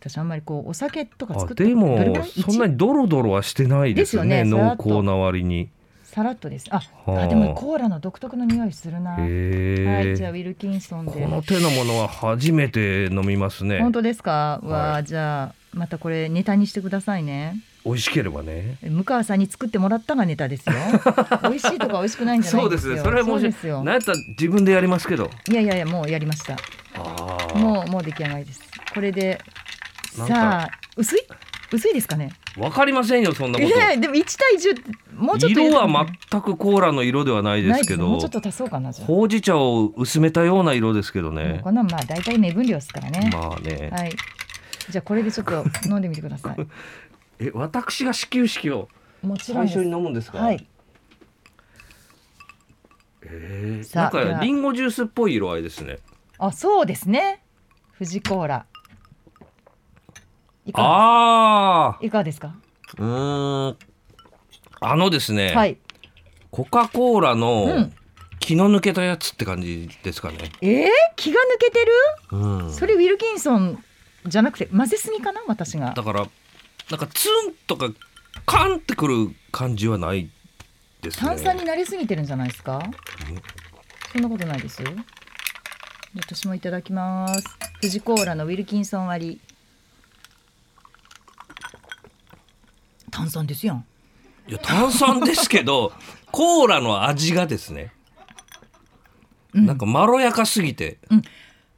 [SPEAKER 1] 私あんまりこうお酒とか
[SPEAKER 3] ー
[SPEAKER 1] 作
[SPEAKER 3] あ
[SPEAKER 1] ってどれ
[SPEAKER 3] で
[SPEAKER 1] ぐ
[SPEAKER 3] も
[SPEAKER 1] らい
[SPEAKER 3] そんなにドロドロはしてないですよね
[SPEAKER 1] ですよね
[SPEAKER 3] 濃厚な割に
[SPEAKER 1] さらっとですあ
[SPEAKER 3] はあ
[SPEAKER 1] あでもコーラの独特の匂いするなは
[SPEAKER 3] へ
[SPEAKER 1] いじゃあウ
[SPEAKER 3] え
[SPEAKER 1] ィルキンソン
[SPEAKER 3] こ
[SPEAKER 1] で
[SPEAKER 3] の手のものは初めて飲みますね
[SPEAKER 1] 本当ですか、
[SPEAKER 3] い
[SPEAKER 1] わあじゃあまたこれネタにしてくださいね
[SPEAKER 3] 美味しければね
[SPEAKER 1] 向川さんに作ってもらったがネタ ですよ美味しいとか美味しくないんじゃない
[SPEAKER 3] そ
[SPEAKER 1] ん
[SPEAKER 3] うで
[SPEAKER 1] です
[SPEAKER 3] す
[SPEAKER 1] よ
[SPEAKER 3] ねそれはも
[SPEAKER 1] そう
[SPEAKER 3] し
[SPEAKER 1] ですよ
[SPEAKER 3] なんやったら自分でやりますけど
[SPEAKER 1] いやいやいやもうやりました
[SPEAKER 3] ああ
[SPEAKER 1] もうもう出来上がりですこれで
[SPEAKER 3] なんか
[SPEAKER 1] さあ薄い薄いですかね
[SPEAKER 3] 分かりませんよそんないこ
[SPEAKER 1] やいやでも1対10もうち
[SPEAKER 3] と
[SPEAKER 1] ょっと
[SPEAKER 3] 色は
[SPEAKER 1] ない
[SPEAKER 3] 全くコーラの色ではないですけ
[SPEAKER 1] も
[SPEAKER 3] ど
[SPEAKER 1] うちょっと足そうかなじゃあ
[SPEAKER 3] ほうじ茶を薄めたような色ですけど
[SPEAKER 1] もう
[SPEAKER 3] ね
[SPEAKER 1] こんなんまあ大体目分量ですからね、
[SPEAKER 3] まあね、
[SPEAKER 1] はいじゃあこれでちょっと飲んでみてくださ い
[SPEAKER 3] え私が始球式を
[SPEAKER 1] もちろん
[SPEAKER 3] 最
[SPEAKER 1] で
[SPEAKER 3] 初に
[SPEAKER 1] す
[SPEAKER 3] 飲むんですか、
[SPEAKER 1] はい
[SPEAKER 3] えー、
[SPEAKER 1] さあ
[SPEAKER 3] なんか
[SPEAKER 1] では
[SPEAKER 3] リンゴジュースっぽい色合いですね
[SPEAKER 1] あそうですね富士コーラいかが
[SPEAKER 3] ああ
[SPEAKER 1] いかがですか
[SPEAKER 3] うーんあのですね、
[SPEAKER 1] はい
[SPEAKER 3] コカ・コーラ
[SPEAKER 1] う
[SPEAKER 3] の
[SPEAKER 1] ん
[SPEAKER 3] 気の抜けたやつって感じですかね、
[SPEAKER 1] えー、気が抜けてる
[SPEAKER 3] うん、
[SPEAKER 1] それウィルキンソンじゃなくて混ぜすぎかな私が
[SPEAKER 3] だからなんかツンとかカンってくる感じはないですね
[SPEAKER 1] 炭酸になりすぎてるんじゃないですかそんなことないですよ私もいただきます富士コーラのウィルキンソン割り炭酸ですやん
[SPEAKER 3] いや炭酸ですけ どコーラの味がですね、
[SPEAKER 1] うん
[SPEAKER 3] なんかまろやかすぎて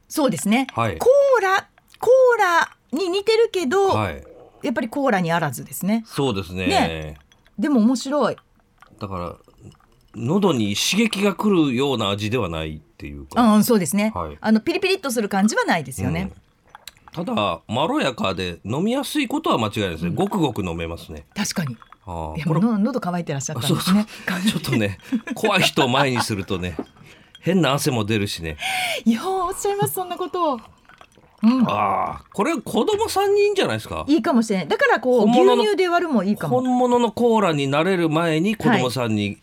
[SPEAKER 1] そうですね、
[SPEAKER 3] はい
[SPEAKER 1] コーラコーラに似てるけど、
[SPEAKER 3] はい
[SPEAKER 1] やっぱりコーラにあらずですね
[SPEAKER 3] そうですね
[SPEAKER 1] ねでも面白い
[SPEAKER 3] だから喉に刺激が来るような味ではないっていうか、
[SPEAKER 1] うんそうですね、
[SPEAKER 3] はい
[SPEAKER 1] あのピリピリっとする感じはないですよね、
[SPEAKER 3] ただまろやかで飲みやすいことは間違いないですね、ごくごく飲めますね
[SPEAKER 1] 確かに
[SPEAKER 3] あ
[SPEAKER 1] い
[SPEAKER 3] あ
[SPEAKER 1] や
[SPEAKER 3] これ
[SPEAKER 1] の喉乾いてらっしゃったんですね
[SPEAKER 3] ちょっとね怖い人を前にするとね変な汗も出るしね
[SPEAKER 1] いやおっしゃいますそんなことを。うん、
[SPEAKER 3] ああこれ子供さんにいいんじゃないですか
[SPEAKER 1] いいかもしれない。だからこう
[SPEAKER 3] 本
[SPEAKER 1] 牛
[SPEAKER 3] 物の
[SPEAKER 1] 乳で割るもいいかも。
[SPEAKER 3] 本物のコーラになれる前に子供さんに、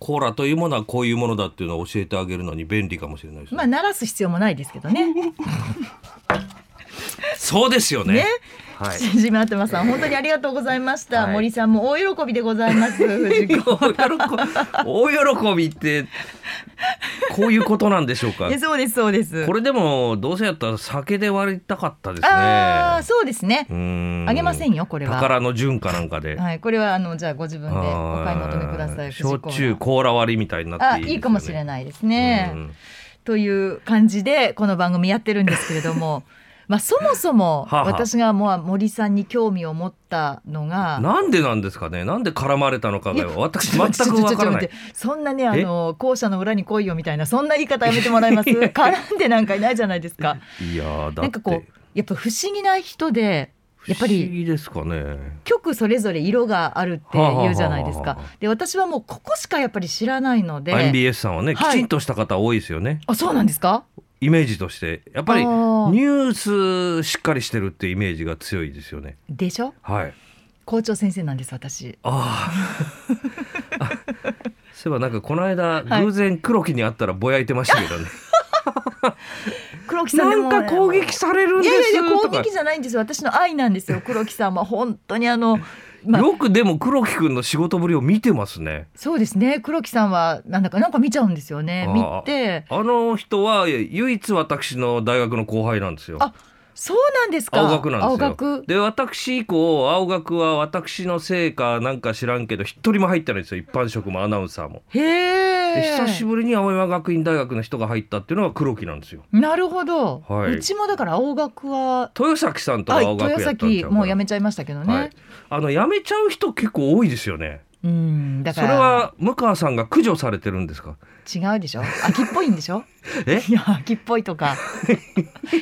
[SPEAKER 3] コーラというものはこういうものだっていうのを教えてあげるのに便利かもしれないですね、
[SPEAKER 1] まあ鳴らす必要もないですけどね。ね、
[SPEAKER 3] そうですよねはい
[SPEAKER 1] 島頭さん本当にありがとうございました。
[SPEAKER 3] はい
[SPEAKER 1] 森さんも大喜びでございます。藤子
[SPEAKER 3] 大喜びってこういうことなんでしょうか
[SPEAKER 1] えそうですそうです。
[SPEAKER 3] これでもどうせやったら酒で割りたかったですね
[SPEAKER 1] ああそうですね
[SPEAKER 3] う。ーん
[SPEAKER 1] あげませんよこれは。
[SPEAKER 3] 宝の純かなんかで、
[SPEAKER 1] はいこれはあのじゃあご自分でお買い求めくださ
[SPEAKER 3] あー
[SPEAKER 1] い。
[SPEAKER 3] 焼
[SPEAKER 1] 藤子
[SPEAKER 3] 酎コーラ割りみたいになっ
[SPEAKER 1] あ
[SPEAKER 3] ていい,、
[SPEAKER 1] いいかもしれないですね。
[SPEAKER 3] うん
[SPEAKER 1] という感じでこの番組やってるんですけれどもまあそもそも
[SPEAKER 3] はあはあ
[SPEAKER 1] 私がもう森さんに興味を持ったのが。
[SPEAKER 3] なんでなんですかねなんで絡まれたのかが
[SPEAKER 1] いや
[SPEAKER 3] 私全くわからな
[SPEAKER 1] ちょちょちょちょ待っ
[SPEAKER 3] い
[SPEAKER 1] てそんなねあの校舎の裏に来いよみたいなそんな言い方やめてもらえます絡んでなんかいないじゃないですか
[SPEAKER 3] いやーだって
[SPEAKER 1] なんかこうやっぱ不思議な人でやっぱ
[SPEAKER 3] 不思
[SPEAKER 1] り
[SPEAKER 3] 議ですかね
[SPEAKER 1] 曲それぞれ色があるっていうじゃないです
[SPEAKER 3] はあはあ
[SPEAKER 1] か
[SPEAKER 3] はあは
[SPEAKER 1] で私はもうここしかやっぱり知らないので
[SPEAKER 3] MBS さんはねき
[SPEAKER 1] はい
[SPEAKER 3] ちんとした方多いですよね、
[SPEAKER 1] あそうなんですか
[SPEAKER 3] イメージとしてやっぱり
[SPEAKER 1] あ
[SPEAKER 3] ニ
[SPEAKER 1] ー
[SPEAKER 3] ュースしっかりしてるっていうイメージが強いですよね
[SPEAKER 1] でしょ
[SPEAKER 3] はい
[SPEAKER 1] 校長先生なんです私
[SPEAKER 3] あーあそういえばなんかこの間
[SPEAKER 1] はい
[SPEAKER 3] 偶然黒木に会ったらぼやいてました けどね、
[SPEAKER 1] 黒木さんでも
[SPEAKER 3] なんか攻撃されるん
[SPEAKER 1] い
[SPEAKER 3] で
[SPEAKER 1] やいやいや
[SPEAKER 3] す
[SPEAKER 1] 攻
[SPEAKER 3] とか
[SPEAKER 1] 撃じゃないんですよ私の愛なん ですよ黒木さんは本当にあのまあ
[SPEAKER 3] よくでも黒木くんの仕事ぶりを見てますね
[SPEAKER 1] そうですね黒木さんはなんだかなんか見ちゃうんですよね見
[SPEAKER 3] あー
[SPEAKER 1] て
[SPEAKER 3] あの人は唯一私の大学の後輩なんですよ
[SPEAKER 1] あそうなんですか
[SPEAKER 3] 青学なんですよ
[SPEAKER 1] 青学
[SPEAKER 3] で私以降青学は私のせいかなんか知らんけど一人も入ってないんですよ一般職もアナウンサーも。
[SPEAKER 1] へ
[SPEAKER 3] で
[SPEAKER 1] え
[SPEAKER 3] 久しぶりに青山学院大学の人が入ったっていうのが黒木なんですよ。
[SPEAKER 1] なるほど、
[SPEAKER 3] はいう
[SPEAKER 1] ちもだから青学は
[SPEAKER 3] 豊崎さんと
[SPEAKER 1] あ
[SPEAKER 3] か青学や
[SPEAKER 1] 豊
[SPEAKER 3] ったんち
[SPEAKER 1] 崎
[SPEAKER 3] ゃうかな
[SPEAKER 1] もうやめちゃいましたけどね、
[SPEAKER 3] はい、あの辞めちゃう人結構多いですよね。
[SPEAKER 1] うんだ
[SPEAKER 3] そ
[SPEAKER 1] から
[SPEAKER 3] れは向川さんが駆除されてるんですか。
[SPEAKER 1] 違うでしょ秋っぽいんでしょ
[SPEAKER 3] え
[SPEAKER 1] いや秋っぽいと か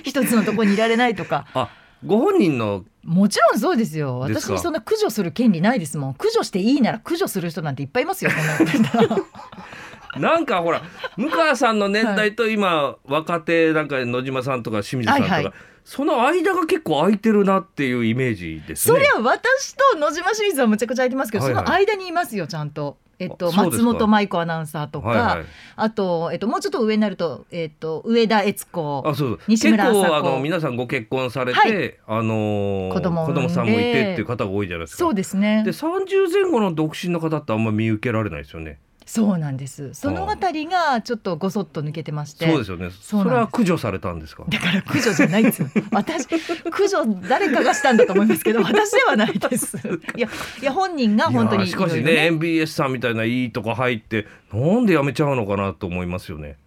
[SPEAKER 1] 一つのとこにいられないとか
[SPEAKER 3] あご本人の
[SPEAKER 1] もちろんそうですよ
[SPEAKER 3] です
[SPEAKER 1] 私
[SPEAKER 3] か
[SPEAKER 1] にそんな駆除する権利ないですもん駆除していいなら駆除する人なんていっぱいいますよそんなこと言ったら
[SPEAKER 3] なんかほら向川さんの年代と今、若手なんか野島さんとか清水さんとか、
[SPEAKER 1] はいはい
[SPEAKER 3] その間が結構空いてるなっていうイメージです
[SPEAKER 1] そ
[SPEAKER 3] ね
[SPEAKER 1] り。ゃ私と野島清水はむちゃくちゃいてますけど、
[SPEAKER 3] はいはい
[SPEAKER 1] その間にいますよちゃんと。えっと、
[SPEAKER 3] あそうです
[SPEAKER 1] 松
[SPEAKER 3] か
[SPEAKER 1] 本舞子アナウンサーとか、
[SPEAKER 3] はいはい、
[SPEAKER 1] あと、えっと、もうちょっと上になると、えっと、上田悦子
[SPEAKER 3] あそう
[SPEAKER 1] 西
[SPEAKER 3] 結
[SPEAKER 1] 村麻子
[SPEAKER 3] 構あの皆さんご結婚されて、
[SPEAKER 1] は
[SPEAKER 3] あのー
[SPEAKER 1] 子供を産んで
[SPEAKER 3] さんもいてっていう方が多いじゃないですか。
[SPEAKER 1] そうですね
[SPEAKER 3] で30前後の独身の方ってあんま見受けられないですよね。
[SPEAKER 1] そうなんですそのあたりがちょっとごそっと抜けてまして
[SPEAKER 3] そうですよ
[SPEAKER 1] そうなん
[SPEAKER 3] ね。
[SPEAKER 1] です
[SPEAKER 3] それは駆除されたんですか。
[SPEAKER 1] だから 駆除じゃないんですよ。私駆除誰かがしたんだと思いますけ ど、私ではないです。いやいや本人が本当
[SPEAKER 3] いや
[SPEAKER 1] に
[SPEAKER 3] しかしね
[SPEAKER 1] いろいろ
[SPEAKER 3] MBS さんみたいないいとこ入ってなんで辞めちゃうのかなと思いますよね。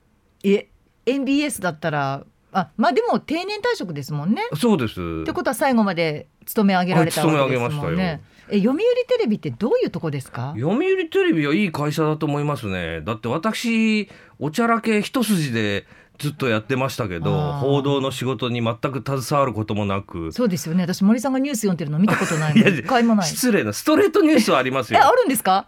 [SPEAKER 1] え NBS だったらあまあでも定年退職ですもんね。
[SPEAKER 3] そうです。
[SPEAKER 1] ってことは最後まで勤め上げられたわけですもん
[SPEAKER 3] はい
[SPEAKER 1] ね。え読売テレビってどういうとこですか？
[SPEAKER 3] 読売テレビはいい会社だと思いますねだって私おちゃらけ一筋でずっとやってましたけど
[SPEAKER 1] あー
[SPEAKER 3] 報道の仕事に全く携わることもなく
[SPEAKER 1] そうですよね。私森さんがニュース読んでるの見たことない
[SPEAKER 3] い
[SPEAKER 1] も
[SPEAKER 3] や
[SPEAKER 1] ん。一回もない。
[SPEAKER 3] 失礼なストレートニュースはありま す
[SPEAKER 1] え
[SPEAKER 3] よ
[SPEAKER 1] あるんですか？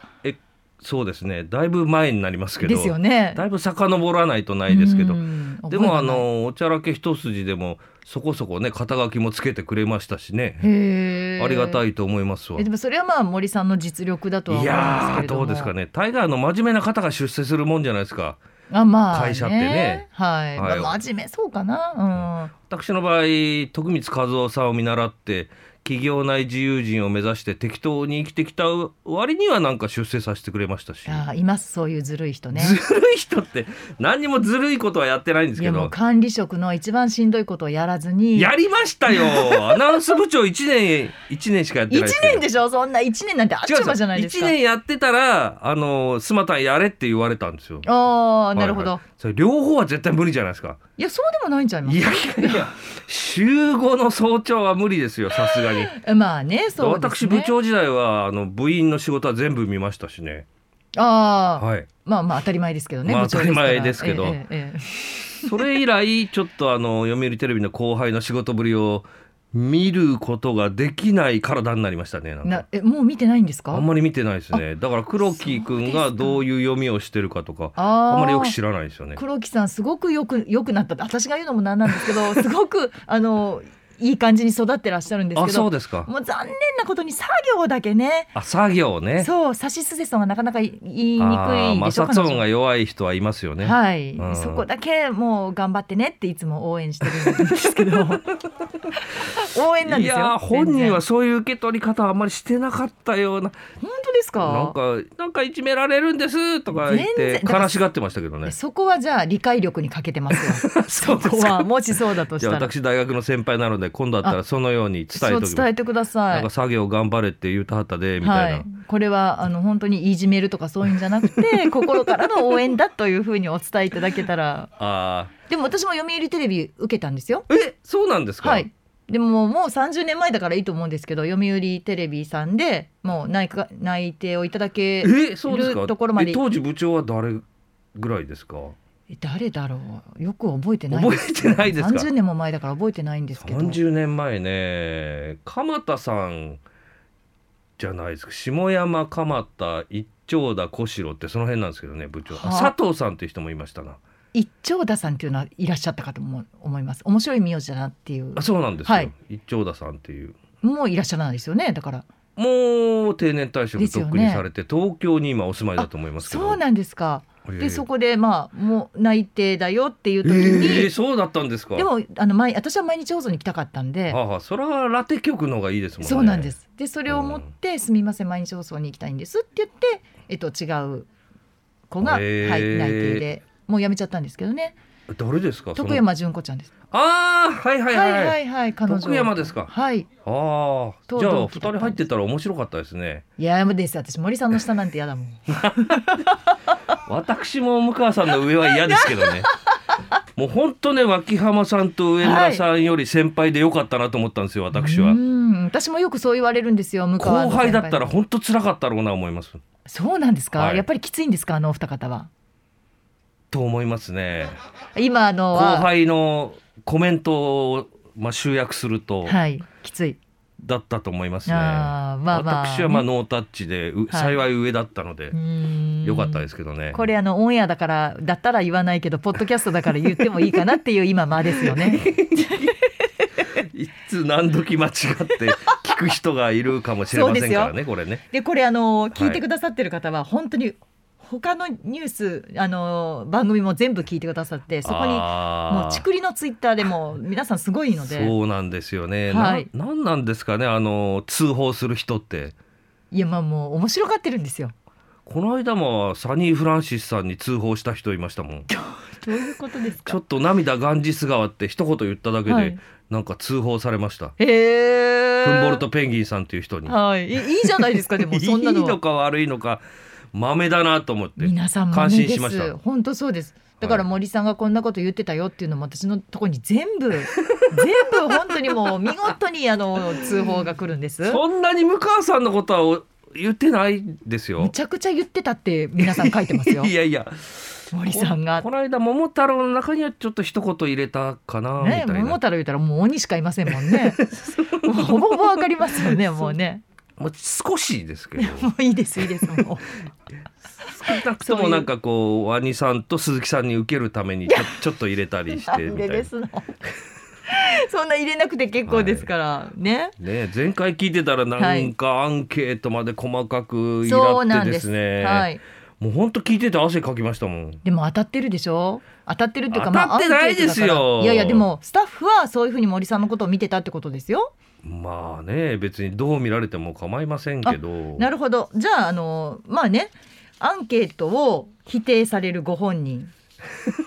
[SPEAKER 3] そうですねだいぶ前になりますけど
[SPEAKER 1] ですよね。
[SPEAKER 3] だいぶ遡らないとないですけど
[SPEAKER 1] うん
[SPEAKER 3] でもあ。
[SPEAKER 1] 覚えがない
[SPEAKER 3] のおちゃらけ一筋でもそこそこね肩書きもつけてくれましたしね
[SPEAKER 1] へー
[SPEAKER 3] ありがたいと思いますわ
[SPEAKER 1] えでもそれはまあ森さんの実力だとは思
[SPEAKER 3] い
[SPEAKER 1] うんです
[SPEAKER 3] や
[SPEAKER 1] け
[SPEAKER 3] ー
[SPEAKER 1] れども
[SPEAKER 3] どうですかねタイガーの真面目な方が出世するもんじゃないですか
[SPEAKER 1] あまあ、
[SPEAKER 3] 会社ってね
[SPEAKER 1] はい、
[SPEAKER 3] はい
[SPEAKER 1] まあ、真面目そうかな
[SPEAKER 3] 私の場合徳光和夫さんを見習って企業内自由人を目指して適当に生きてきた割にはなんか出世させてくれましたし、
[SPEAKER 1] うんあーいますそういうずるい人ね
[SPEAKER 3] ずるい人って何にもずるいことはやってないんです
[SPEAKER 1] い
[SPEAKER 3] け
[SPEAKER 1] やもう
[SPEAKER 3] ど
[SPEAKER 1] 管理職の一番しんどいことをやらずに
[SPEAKER 3] やりまし たよアナウンス部長1年1年しかやって
[SPEAKER 1] 一
[SPEAKER 3] ないですけど
[SPEAKER 1] 年でしょそんな一年なんてあっちゅう間じゃないです
[SPEAKER 3] 1
[SPEAKER 1] か
[SPEAKER 3] 年やってたらあのスマタンやれって言われたんですよ
[SPEAKER 1] ああなるほど、
[SPEAKER 3] はい
[SPEAKER 1] い
[SPEAKER 3] はいそれ両方は絶対無理じゃないですか
[SPEAKER 1] やそうでもないんちゃいま
[SPEAKER 3] いやいやいや週5の早朝は無理ですよさすがに
[SPEAKER 1] すまあねそうです
[SPEAKER 3] 私
[SPEAKER 1] ね
[SPEAKER 3] 部長時代はあの部員の仕事は全部見ましたしね、
[SPEAKER 1] ああ、
[SPEAKER 3] はい、
[SPEAKER 1] まあまあ当たり前ですけどね、
[SPEAKER 3] まあ
[SPEAKER 1] 部長ですから
[SPEAKER 3] 当たり前ですけど
[SPEAKER 1] えええええ
[SPEAKER 3] それ以来ちょっとあの読売テレビの後輩の仕事ぶりを見ることができない体になりましたねなん
[SPEAKER 1] え
[SPEAKER 3] か
[SPEAKER 1] なえもう見てないんですか
[SPEAKER 3] あんまり見てないですねだから黒木君がどういう読みをしてるかとか
[SPEAKER 1] あ
[SPEAKER 3] あん
[SPEAKER 1] ー
[SPEAKER 3] まりよく知らないですよね
[SPEAKER 1] 黒木さんすごくよくよくなったって私が言うのもなんなんですけ どすごくあのいい感じに育ってらっしゃるんです
[SPEAKER 3] あ
[SPEAKER 1] け
[SPEAKER 3] そ
[SPEAKER 1] ど
[SPEAKER 3] うですか
[SPEAKER 1] もう残念なことに作業だけね
[SPEAKER 3] あ作業ね
[SPEAKER 1] そうサシスセさんはなかなか言いにく
[SPEAKER 3] あ
[SPEAKER 1] い
[SPEAKER 3] ー
[SPEAKER 1] んでしょ
[SPEAKER 3] 摩擦音が弱い人はいますよね、
[SPEAKER 1] はい、
[SPEAKER 3] うん
[SPEAKER 1] そこだけもう頑張ってねっていつも応援してるんです けど応援なん
[SPEAKER 3] い
[SPEAKER 1] ですよ
[SPEAKER 3] やー本
[SPEAKER 1] 全
[SPEAKER 3] 人
[SPEAKER 1] 然
[SPEAKER 3] はそういう受け取り方はあんまりしてなかったような
[SPEAKER 1] 本当ですか
[SPEAKER 3] なんかなんかいじめられるんですとか言っ
[SPEAKER 1] 全
[SPEAKER 3] て
[SPEAKER 1] 然だから
[SPEAKER 3] 悲しがってましたけどね。
[SPEAKER 1] そこはじゃあ理解力に欠けて ますよ
[SPEAKER 3] そ う
[SPEAKER 1] そこ
[SPEAKER 3] か。
[SPEAKER 1] はもしそうだとし
[SPEAKER 3] じゃあ
[SPEAKER 1] た ら
[SPEAKER 3] 私大学の先輩なので今度だったらそのように伝え
[SPEAKER 1] そ
[SPEAKER 3] と
[SPEAKER 1] う
[SPEAKER 3] きます。
[SPEAKER 1] 伝えてくださ
[SPEAKER 3] ないんか作業頑張れって言うたはったでみたいな。
[SPEAKER 1] はい、これはあの本当にいじめるとかそういうんじゃなく て心からの応援だというふうにお伝えいただけたら
[SPEAKER 3] あ
[SPEAKER 1] でも私も読売テレビ受けたんですよ。
[SPEAKER 3] あえそうなんですか。
[SPEAKER 1] はいでももう30年前だからいいと思うんですけど読売テレビさんでもう内科内定をいただけ
[SPEAKER 3] えそうですか。
[SPEAKER 1] いるところまで
[SPEAKER 3] え当時部長は誰ぐらいですか。
[SPEAKER 1] え誰だろうよく覚えてない
[SPEAKER 3] 覚えてないですか
[SPEAKER 1] 30年も前だから覚えてないんですけど
[SPEAKER 3] 三十年前ね鎌田さんじゃないですか下山鎌田一丁田小四郎ってその辺なんですけどね部長。あ
[SPEAKER 1] はあ
[SPEAKER 3] 佐藤さんっていう人もいましたな。
[SPEAKER 1] 一丁田さんっていうのはいらっしゃったかと思う思います面白い名字だなっていう
[SPEAKER 3] あそうなんですよ、
[SPEAKER 1] はい
[SPEAKER 3] 一丁田さんっていう
[SPEAKER 1] もういらっしゃらないですよねだから
[SPEAKER 3] もう定年退職
[SPEAKER 1] です
[SPEAKER 3] と
[SPEAKER 1] よ
[SPEAKER 3] っ
[SPEAKER 1] ね
[SPEAKER 3] くにされて、東京に今お住まいだと思いますけど
[SPEAKER 1] そうなんですか
[SPEAKER 3] ええ
[SPEAKER 1] でそこでまあもう内定だよっていう時に、
[SPEAKER 3] ええそうだったんですか
[SPEAKER 1] でもあの毎私は毎日放送に来たかったんで、
[SPEAKER 3] はあはあそれはラテ局の方がいいですもんね
[SPEAKER 1] そうなんですすでそれを持って「すみません毎日放送に行きたいんです」って言って、えっと、違う子が、
[SPEAKER 3] へえ
[SPEAKER 1] はい、内定でもう辞めちゃったんですけどね
[SPEAKER 3] 誰ですかその
[SPEAKER 1] 徳山純子ちゃんです。
[SPEAKER 3] ああはいはい
[SPEAKER 1] は
[SPEAKER 3] はいい、
[SPEAKER 1] はいはい彼女
[SPEAKER 3] 徳山ですか
[SPEAKER 1] はい
[SPEAKER 3] ああ
[SPEAKER 1] と
[SPEAKER 3] じゃあ
[SPEAKER 1] 同
[SPEAKER 3] 二
[SPEAKER 1] 期だったんです
[SPEAKER 3] 人入ってたら面白かったですね
[SPEAKER 1] いやもうです私森さんの下なんて嫌だもん
[SPEAKER 3] 私も向川さんの上は嫌ですけど ねもう本当ね脇浜さんと上村さんより先輩でよかったなと思ったんですよ私は、
[SPEAKER 1] うん私もよくそう言われるんですよ向川
[SPEAKER 3] 後
[SPEAKER 1] の
[SPEAKER 3] 輩だっ
[SPEAKER 1] 先
[SPEAKER 3] たら本当辛かったろうな思います
[SPEAKER 1] そうなんですか、
[SPEAKER 3] はい
[SPEAKER 1] やっぱりきついんですかあのお二方は
[SPEAKER 3] と思いますね。
[SPEAKER 1] 今の
[SPEAKER 3] 後
[SPEAKER 1] は
[SPEAKER 3] 輩のコメントを、まあ、集約すると、
[SPEAKER 1] はいきつい
[SPEAKER 3] だったと思いますね。
[SPEAKER 1] あーまあまあ
[SPEAKER 3] 私はまあノータッチで、
[SPEAKER 1] は
[SPEAKER 3] う
[SPEAKER 1] い
[SPEAKER 3] 幸い上だったので、
[SPEAKER 1] よ
[SPEAKER 3] 良かったですすけどね。
[SPEAKER 1] これあのオンエアだからだったら言わないけどポッドキャストだから言ってもいいかなっていう今間ですよ ね
[SPEAKER 3] いつ何時間違って聞く人がいるかもしれませんから
[SPEAKER 1] そう
[SPEAKER 3] ね、これね。
[SPEAKER 1] でこれあの聞いてくださってる方は本当に他のニュースあの番組も全部聞いてくださってそこにもう
[SPEAKER 3] あー
[SPEAKER 1] ちくりのツイッターでも皆さんすごいので
[SPEAKER 3] そうなんですよね。
[SPEAKER 1] はい
[SPEAKER 3] ななんなんですかね、あの通報する人って。
[SPEAKER 1] いやまあもう面白がってるんですよ
[SPEAKER 3] この間もサニー・フランシスさんに通報した人いましたもん。ち
[SPEAKER 1] どういうことです
[SPEAKER 3] ょ
[SPEAKER 1] か
[SPEAKER 3] っと涙ガンジス川って一言言っただけで、
[SPEAKER 1] はい
[SPEAKER 3] なんか通報されました。
[SPEAKER 1] へえ
[SPEAKER 3] フンボルト・ペンギンさんっていう人に。
[SPEAKER 1] はいいいいじゃないですかでもそんない
[SPEAKER 3] いの
[SPEAKER 1] の
[SPEAKER 3] か悪いのか豆だなと思って
[SPEAKER 1] 皆さんも
[SPEAKER 3] 感
[SPEAKER 1] い
[SPEAKER 3] 心
[SPEAKER 1] で
[SPEAKER 3] しまし
[SPEAKER 1] す
[SPEAKER 3] た
[SPEAKER 1] 本当そうですだから
[SPEAKER 3] はい
[SPEAKER 1] 森さんがこんなこと言ってたよっていうのも私のとこに全 部全部本当にもう見事にあの通報が来るんです
[SPEAKER 3] そんなに向川さんのことはお言ってないです
[SPEAKER 1] む
[SPEAKER 3] よ
[SPEAKER 1] ちゃくちゃ言ってたって皆さん書いてますよ
[SPEAKER 3] いやいや
[SPEAKER 1] 森さんが
[SPEAKER 3] ここの間桃太郎の中にはちょっと一言入れたかなみた
[SPEAKER 1] ね
[SPEAKER 3] い
[SPEAKER 1] 桃
[SPEAKER 3] な
[SPEAKER 1] 太郎言ったらもう鬼しかいませんもん ねもうほぼほぼわかりますよねもうね
[SPEAKER 3] もう少しですけど
[SPEAKER 1] もういいですいいですも
[SPEAKER 3] 少なくと
[SPEAKER 1] そうい
[SPEAKER 3] も
[SPEAKER 1] う
[SPEAKER 3] なんかこうワニさんと鈴木さんに受けるためにちょちょっと入れたり
[SPEAKER 1] う
[SPEAKER 3] し
[SPEAKER 1] な
[SPEAKER 3] て
[SPEAKER 1] ん
[SPEAKER 3] みた
[SPEAKER 1] で
[SPEAKER 3] いな
[SPEAKER 1] で
[SPEAKER 3] ね
[SPEAKER 1] すのそんな入れなくて結構ですから、ね
[SPEAKER 3] え前回聞いてたらなんかアンケートまで細かくい
[SPEAKER 1] そう
[SPEAKER 3] ら
[SPEAKER 1] な
[SPEAKER 3] っ
[SPEAKER 1] ん
[SPEAKER 3] て
[SPEAKER 1] で
[SPEAKER 3] ですすね
[SPEAKER 1] はい
[SPEAKER 3] もう本当聞いてて汗かきましたもん
[SPEAKER 1] でも当たってるでしょ当たってるっていうか
[SPEAKER 3] 当たってないですよ
[SPEAKER 1] まあアンケートだからいやいやでもスタッフはそういうふうに森さんのことを見てたってことですよ
[SPEAKER 3] まあね別にどう見られても構いませんけど
[SPEAKER 1] なるほどじゃああのまあねアンケートを否定されるご本人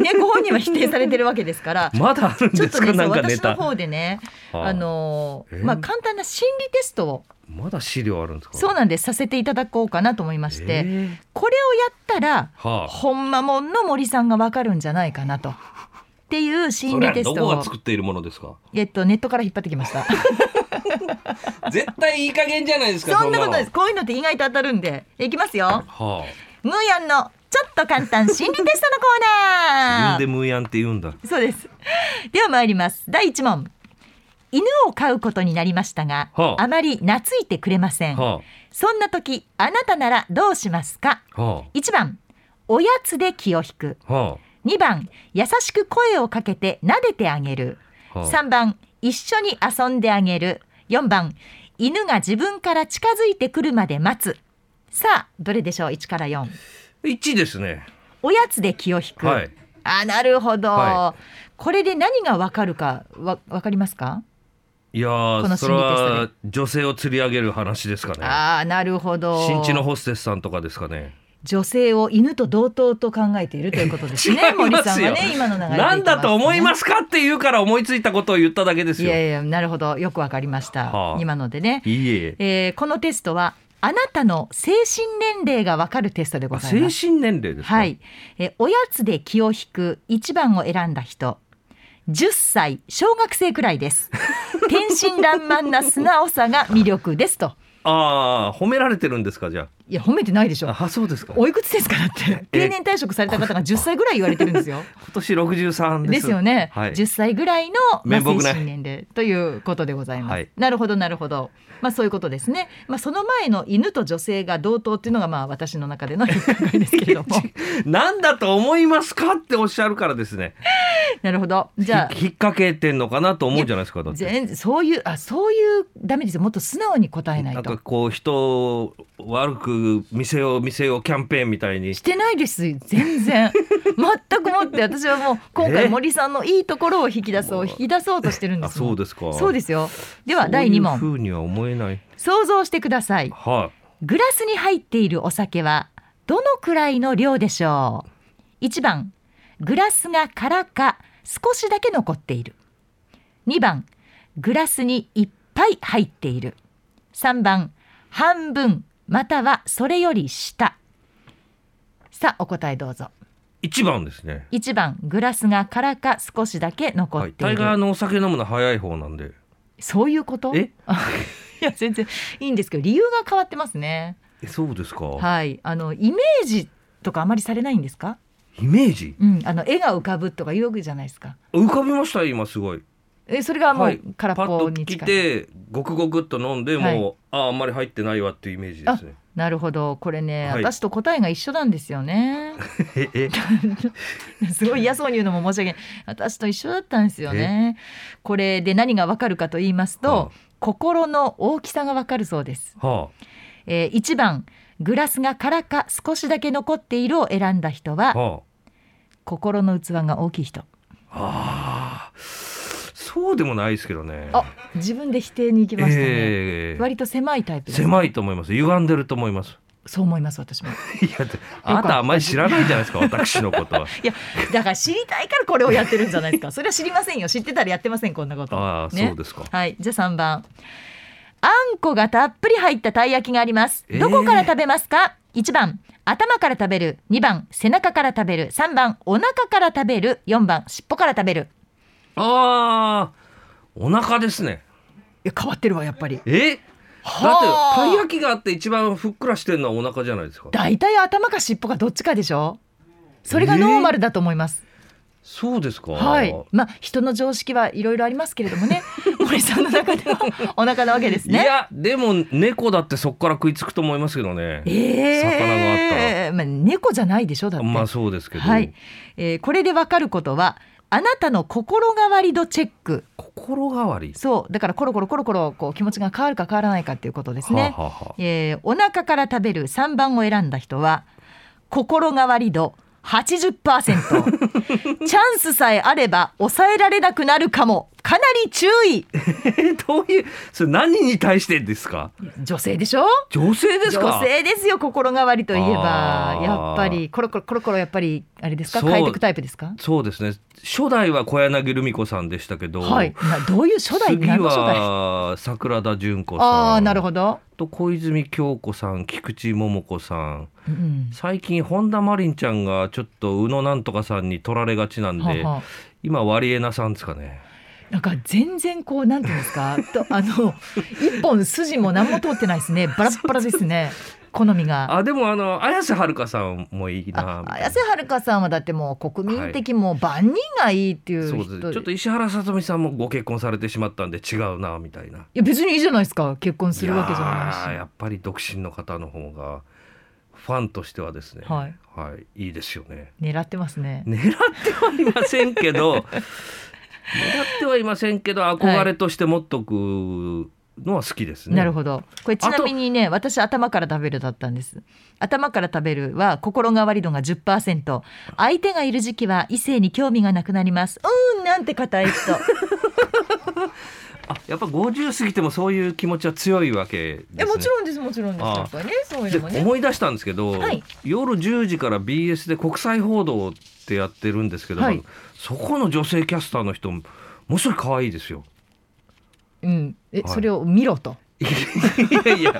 [SPEAKER 1] ねご本人は否定されてるわけですから
[SPEAKER 3] まだあるん
[SPEAKER 1] ちょ
[SPEAKER 3] で
[SPEAKER 1] っと
[SPEAKER 3] す
[SPEAKER 1] ね
[SPEAKER 3] か、
[SPEAKER 1] そ
[SPEAKER 3] な
[SPEAKER 1] うん
[SPEAKER 3] かネ
[SPEAKER 1] 私の
[SPEAKER 3] タ。
[SPEAKER 1] 方でね
[SPEAKER 3] は
[SPEAKER 1] あの
[SPEAKER 3] えー
[SPEAKER 1] まあ簡単な心理テストを
[SPEAKER 3] まだ資料あるんですか。
[SPEAKER 1] そうなんですさせていただこうかなと思いまして、
[SPEAKER 3] え
[SPEAKER 1] これをやったら
[SPEAKER 3] ーはあ。
[SPEAKER 1] ほんまもんの森さんがわかるんじゃないかなとっていう心
[SPEAKER 3] それ
[SPEAKER 1] 理
[SPEAKER 3] は
[SPEAKER 1] テス
[SPEAKER 3] ど
[SPEAKER 1] ト
[SPEAKER 3] こ
[SPEAKER 1] を
[SPEAKER 3] が作っているものですか。
[SPEAKER 1] えっと、ネットから引っ張ってきま した。
[SPEAKER 3] 絶対いい加減じゃないですか。
[SPEAKER 1] そんなことないです。
[SPEAKER 3] の。
[SPEAKER 1] こういうのって意外と当たるんで。いきますよ。
[SPEAKER 3] は
[SPEAKER 1] ムーヤンのちょっと簡単心理テストのコー
[SPEAKER 3] あ。
[SPEAKER 1] ナ
[SPEAKER 3] 自分で
[SPEAKER 1] ー。
[SPEAKER 3] ムーヤンって言うんだ。
[SPEAKER 1] そうです。では参ります。第一問。犬を飼うことになりましたが、
[SPEAKER 3] はあ
[SPEAKER 1] あまり懐いてくれません。
[SPEAKER 3] は
[SPEAKER 1] そんな時、あなたならどうしますか
[SPEAKER 3] あ。は
[SPEAKER 1] ?1 番、おやつで気を引く。
[SPEAKER 3] あ。は
[SPEAKER 1] 2番、優しく声をかけて撫でてあげる。
[SPEAKER 3] あ。はあ。
[SPEAKER 1] 3番一緒に遊んであげる4番犬が自分から近づいてくるまで待つさあどれでしょう1から4
[SPEAKER 3] 一ですね。
[SPEAKER 1] おやつで気を引く、
[SPEAKER 3] はい。
[SPEAKER 1] あなるほど、
[SPEAKER 3] は
[SPEAKER 1] これで何がわかるかわわかりますか、
[SPEAKER 3] いや
[SPEAKER 1] この
[SPEAKER 3] ー、そ
[SPEAKER 1] 心
[SPEAKER 3] れ
[SPEAKER 1] 理テストで
[SPEAKER 3] は女性を釣り上げる話ですかね。
[SPEAKER 1] ああなるほど
[SPEAKER 3] 新地のホステスさんとかですかね。
[SPEAKER 1] 女性を犬と同等と考えているということですね
[SPEAKER 3] 違いますよ
[SPEAKER 1] 森さんはね今の流れで言ってますね
[SPEAKER 3] なんだと思いますかって言うから思いついたことを言っただけです
[SPEAKER 1] い
[SPEAKER 3] よ。
[SPEAKER 1] や
[SPEAKER 3] い
[SPEAKER 1] いやなるほどよくわかりました、
[SPEAKER 3] はあ
[SPEAKER 1] 今のでね、
[SPEAKER 3] いえ。
[SPEAKER 1] えーこのテストはあなたの精神年齢がわかるテストでご
[SPEAKER 3] あ
[SPEAKER 1] ざいま
[SPEAKER 3] 精
[SPEAKER 1] す
[SPEAKER 3] 神年齢ですか。
[SPEAKER 1] はい。、えーおやつで気を引く一番を選んだ人10歳小学生くらいです 天真爛漫な素直さが魅力ですと
[SPEAKER 3] ああ、褒められてるんですか、じゃ
[SPEAKER 1] いや褒めてないでしょ
[SPEAKER 3] あ。あ、そうですか。今
[SPEAKER 1] おいくつですからって定
[SPEAKER 3] え
[SPEAKER 1] 年退職された方が10歳ぐらい言われてるんですよ
[SPEAKER 3] 年六十三 です。
[SPEAKER 1] ですよね、
[SPEAKER 3] はい。
[SPEAKER 1] 10歳ぐらいの、まあ、
[SPEAKER 3] 面
[SPEAKER 1] 精
[SPEAKER 3] 目ない
[SPEAKER 1] 神年齢ということでございます、
[SPEAKER 3] はい
[SPEAKER 1] なるほどなるほどまあそういうことですねまあその前の犬と女性が同等っていうのがまあ私の中での 考えですけれど も
[SPEAKER 3] なんだと思いますかっておっしゃるからですね。
[SPEAKER 1] なるほどじゃあ
[SPEAKER 3] ひ引っ掛けてんのかなと思うじゃないですか。だって。
[SPEAKER 1] 全そういうあそういうダメですよもっと素直に答えな
[SPEAKER 3] ないんか
[SPEAKER 1] と。
[SPEAKER 3] こう人を悪く見せよう見せようキャンペーンみたいに
[SPEAKER 1] してないです全 然全くもって私はもう今
[SPEAKER 3] え
[SPEAKER 1] 回森さんのいいところを引き出そう引き出そうとしてるんで
[SPEAKER 3] あ
[SPEAKER 1] すもん
[SPEAKER 3] そうですか
[SPEAKER 1] そうですよでは第2
[SPEAKER 3] そう
[SPEAKER 1] 問
[SPEAKER 3] いう風には思えない
[SPEAKER 1] 想像してください
[SPEAKER 3] はい、
[SPEAKER 1] グラスに入っているお酒はどのくらいの量でしょう1番グラスが空か少しだけ残っている2番グラスにいっぱい入っている3番半分またはそれより下さあお答えどうぞ
[SPEAKER 3] 一番ですね
[SPEAKER 1] 1番グラスが空か少しだけ残
[SPEAKER 3] は
[SPEAKER 1] っ
[SPEAKER 3] い、
[SPEAKER 1] てい
[SPEAKER 3] 大
[SPEAKER 1] る、
[SPEAKER 3] 概あのお酒飲むの早い方なんで
[SPEAKER 1] そういうこと
[SPEAKER 3] え
[SPEAKER 1] いや全然いいんですけど理由が変わってますね
[SPEAKER 3] えそうですか
[SPEAKER 1] はい、あのイメージとかあまりされないんですか。
[SPEAKER 3] イメージ
[SPEAKER 1] うん、あの絵が浮かぶとか言うじゃないですか。
[SPEAKER 3] 浮かびました今すごい
[SPEAKER 1] え、それがも
[SPEAKER 3] はいう
[SPEAKER 1] 空っ
[SPEAKER 3] パッ
[SPEAKER 1] ぽ
[SPEAKER 3] と
[SPEAKER 1] に
[SPEAKER 3] 来
[SPEAKER 1] 近い。
[SPEAKER 3] てごくごくっと飲んで
[SPEAKER 1] はい
[SPEAKER 3] もう、ああんまり入ってないわっていうイメージですね
[SPEAKER 1] なるほど、これね、
[SPEAKER 3] はい
[SPEAKER 1] 私と答えが一緒なんですよ ね。
[SPEAKER 3] え え
[SPEAKER 1] すごい嫌そうに言うのも申し訳ない。私と一緒だったんですよね。これで何がわかるかと言いますと、心の大きさがわかるそうです。
[SPEAKER 3] は
[SPEAKER 1] えー、1番、グラスが空か少しだけ残っているを選んだ人
[SPEAKER 3] あ
[SPEAKER 1] は、
[SPEAKER 3] は
[SPEAKER 1] 心の器が大きい人。
[SPEAKER 3] あああそうでもないですけどね
[SPEAKER 1] あ、自分で否定に行きましたね。
[SPEAKER 3] ええ
[SPEAKER 1] 割と狭いタイプです。
[SPEAKER 3] 狭いと思います歪んでると思います
[SPEAKER 1] そう思います、私も。
[SPEAKER 3] いやあなたあんまり知らないじゃないですか私のことは
[SPEAKER 1] いやだから知りたいからこれをやってるんじゃないです かそれは知りませんよ知ってたらやってませんこんなこと
[SPEAKER 3] ああ、
[SPEAKER 1] ね
[SPEAKER 3] そうですか
[SPEAKER 1] はいじゃあ3番あんこがたっぷり入ったたい焼きがあります
[SPEAKER 3] えー
[SPEAKER 1] どこから食べますか、1番頭から食べる2番背中から食べる3番お腹から食べる4番尻尾から食べる
[SPEAKER 3] ああお腹ですね
[SPEAKER 1] いや変わってるわやっぱり
[SPEAKER 3] えだって
[SPEAKER 1] はあ
[SPEAKER 3] たい焼きがあって一番ふっくらしてるのはお腹じゃないですか
[SPEAKER 1] 大体頭か尻尾かどっちかでしょそれがノーマルだと思います、
[SPEAKER 3] そうですか
[SPEAKER 1] はいまあ人の常識はいろいろありますけれど もね森さんの中ではお腹なわけですね
[SPEAKER 3] いやでも猫だってそこから食いつくと思いますけどね、
[SPEAKER 1] ええ
[SPEAKER 3] 魚があった
[SPEAKER 1] まあ、猫じゃないでしょだって、
[SPEAKER 3] まあそうですけど、
[SPEAKER 1] はい、えーこれでわかることはあなたの心変わり度チェック
[SPEAKER 3] 心変わり
[SPEAKER 1] そうだからコロコロコロコロこう気持ちが変わるか変わらないかっていうことですね、
[SPEAKER 3] はあはあはあ
[SPEAKER 1] えーお腹から食べる3番を選んだ人は心変わり度80% チャンスさえあれば抑えられなくなるかもかなり注意
[SPEAKER 3] えどういうそれ何に対してですか
[SPEAKER 1] 女性でしょ
[SPEAKER 3] 女性ですか
[SPEAKER 1] 女性ですよ心変わりといえば
[SPEAKER 3] あー
[SPEAKER 1] やっぱりコロコロコロコロやっぱりあれですか
[SPEAKER 3] そう
[SPEAKER 1] 変えていくタイプですか
[SPEAKER 3] そうですね初代は小柳ルミ子さんでしたけど、
[SPEAKER 1] はいなどういう初代
[SPEAKER 3] 次
[SPEAKER 1] 何の初代
[SPEAKER 3] は桜田淳子さん
[SPEAKER 1] ああなるほど、
[SPEAKER 3] と小泉京子さん菊池桃子さん
[SPEAKER 1] うん
[SPEAKER 3] 最近本田真凜ちゃんがちょっと宇野なんとかさんに取られがちなんで、
[SPEAKER 1] はあはあ
[SPEAKER 3] 今ワリエナさんですかね
[SPEAKER 1] なんか全然こうなんていうんですかとあの一本筋も何も通ってないですねバラッバラですね好みが。
[SPEAKER 3] あでもあの綾瀬はるかさんもいいな
[SPEAKER 1] あ
[SPEAKER 3] みたいな
[SPEAKER 1] 綾瀬はるかさんはだってもう国民的もう万人がいいっていう
[SPEAKER 3] そう
[SPEAKER 1] 人、
[SPEAKER 3] ですちょっと
[SPEAKER 1] い
[SPEAKER 3] 石原さとみさんもご結婚されてしまったんで違うなみたいな
[SPEAKER 1] や別にいいじゃないですか結婚するわけじゃ
[SPEAKER 3] いやー
[SPEAKER 1] な
[SPEAKER 3] や
[SPEAKER 1] い
[SPEAKER 3] っぱり独身の方の方がファンとしてはですね
[SPEAKER 1] はい、
[SPEAKER 3] い、いいですよね
[SPEAKER 1] し狙ってますね。
[SPEAKER 3] 狙ってはいません けど狙ってはいませんけど憧れとして持っとくのは好きですね、
[SPEAKER 1] なるほどこれちなみにね私頭から食べるだったんです頭から食べるは心変わり度が10%相手がいる時期は異性に興味がなくなりますうーんなんて硬い人
[SPEAKER 3] あやっぱ50過ぎてもそういう気持ちは強いわけです、ね、
[SPEAKER 1] えもちろんですもちろんです
[SPEAKER 3] ああ
[SPEAKER 1] やっぱりねそういう
[SPEAKER 3] で
[SPEAKER 1] のもね
[SPEAKER 3] 思い出したんですけど、
[SPEAKER 1] はい
[SPEAKER 3] 夜10時から BS で国際報道ってやってるんですけど、
[SPEAKER 1] はい
[SPEAKER 3] そこの女性キャスターの人ものすごい可愛い ですよ。
[SPEAKER 1] うんえ、
[SPEAKER 3] はい
[SPEAKER 1] それを見ろと
[SPEAKER 3] いやいや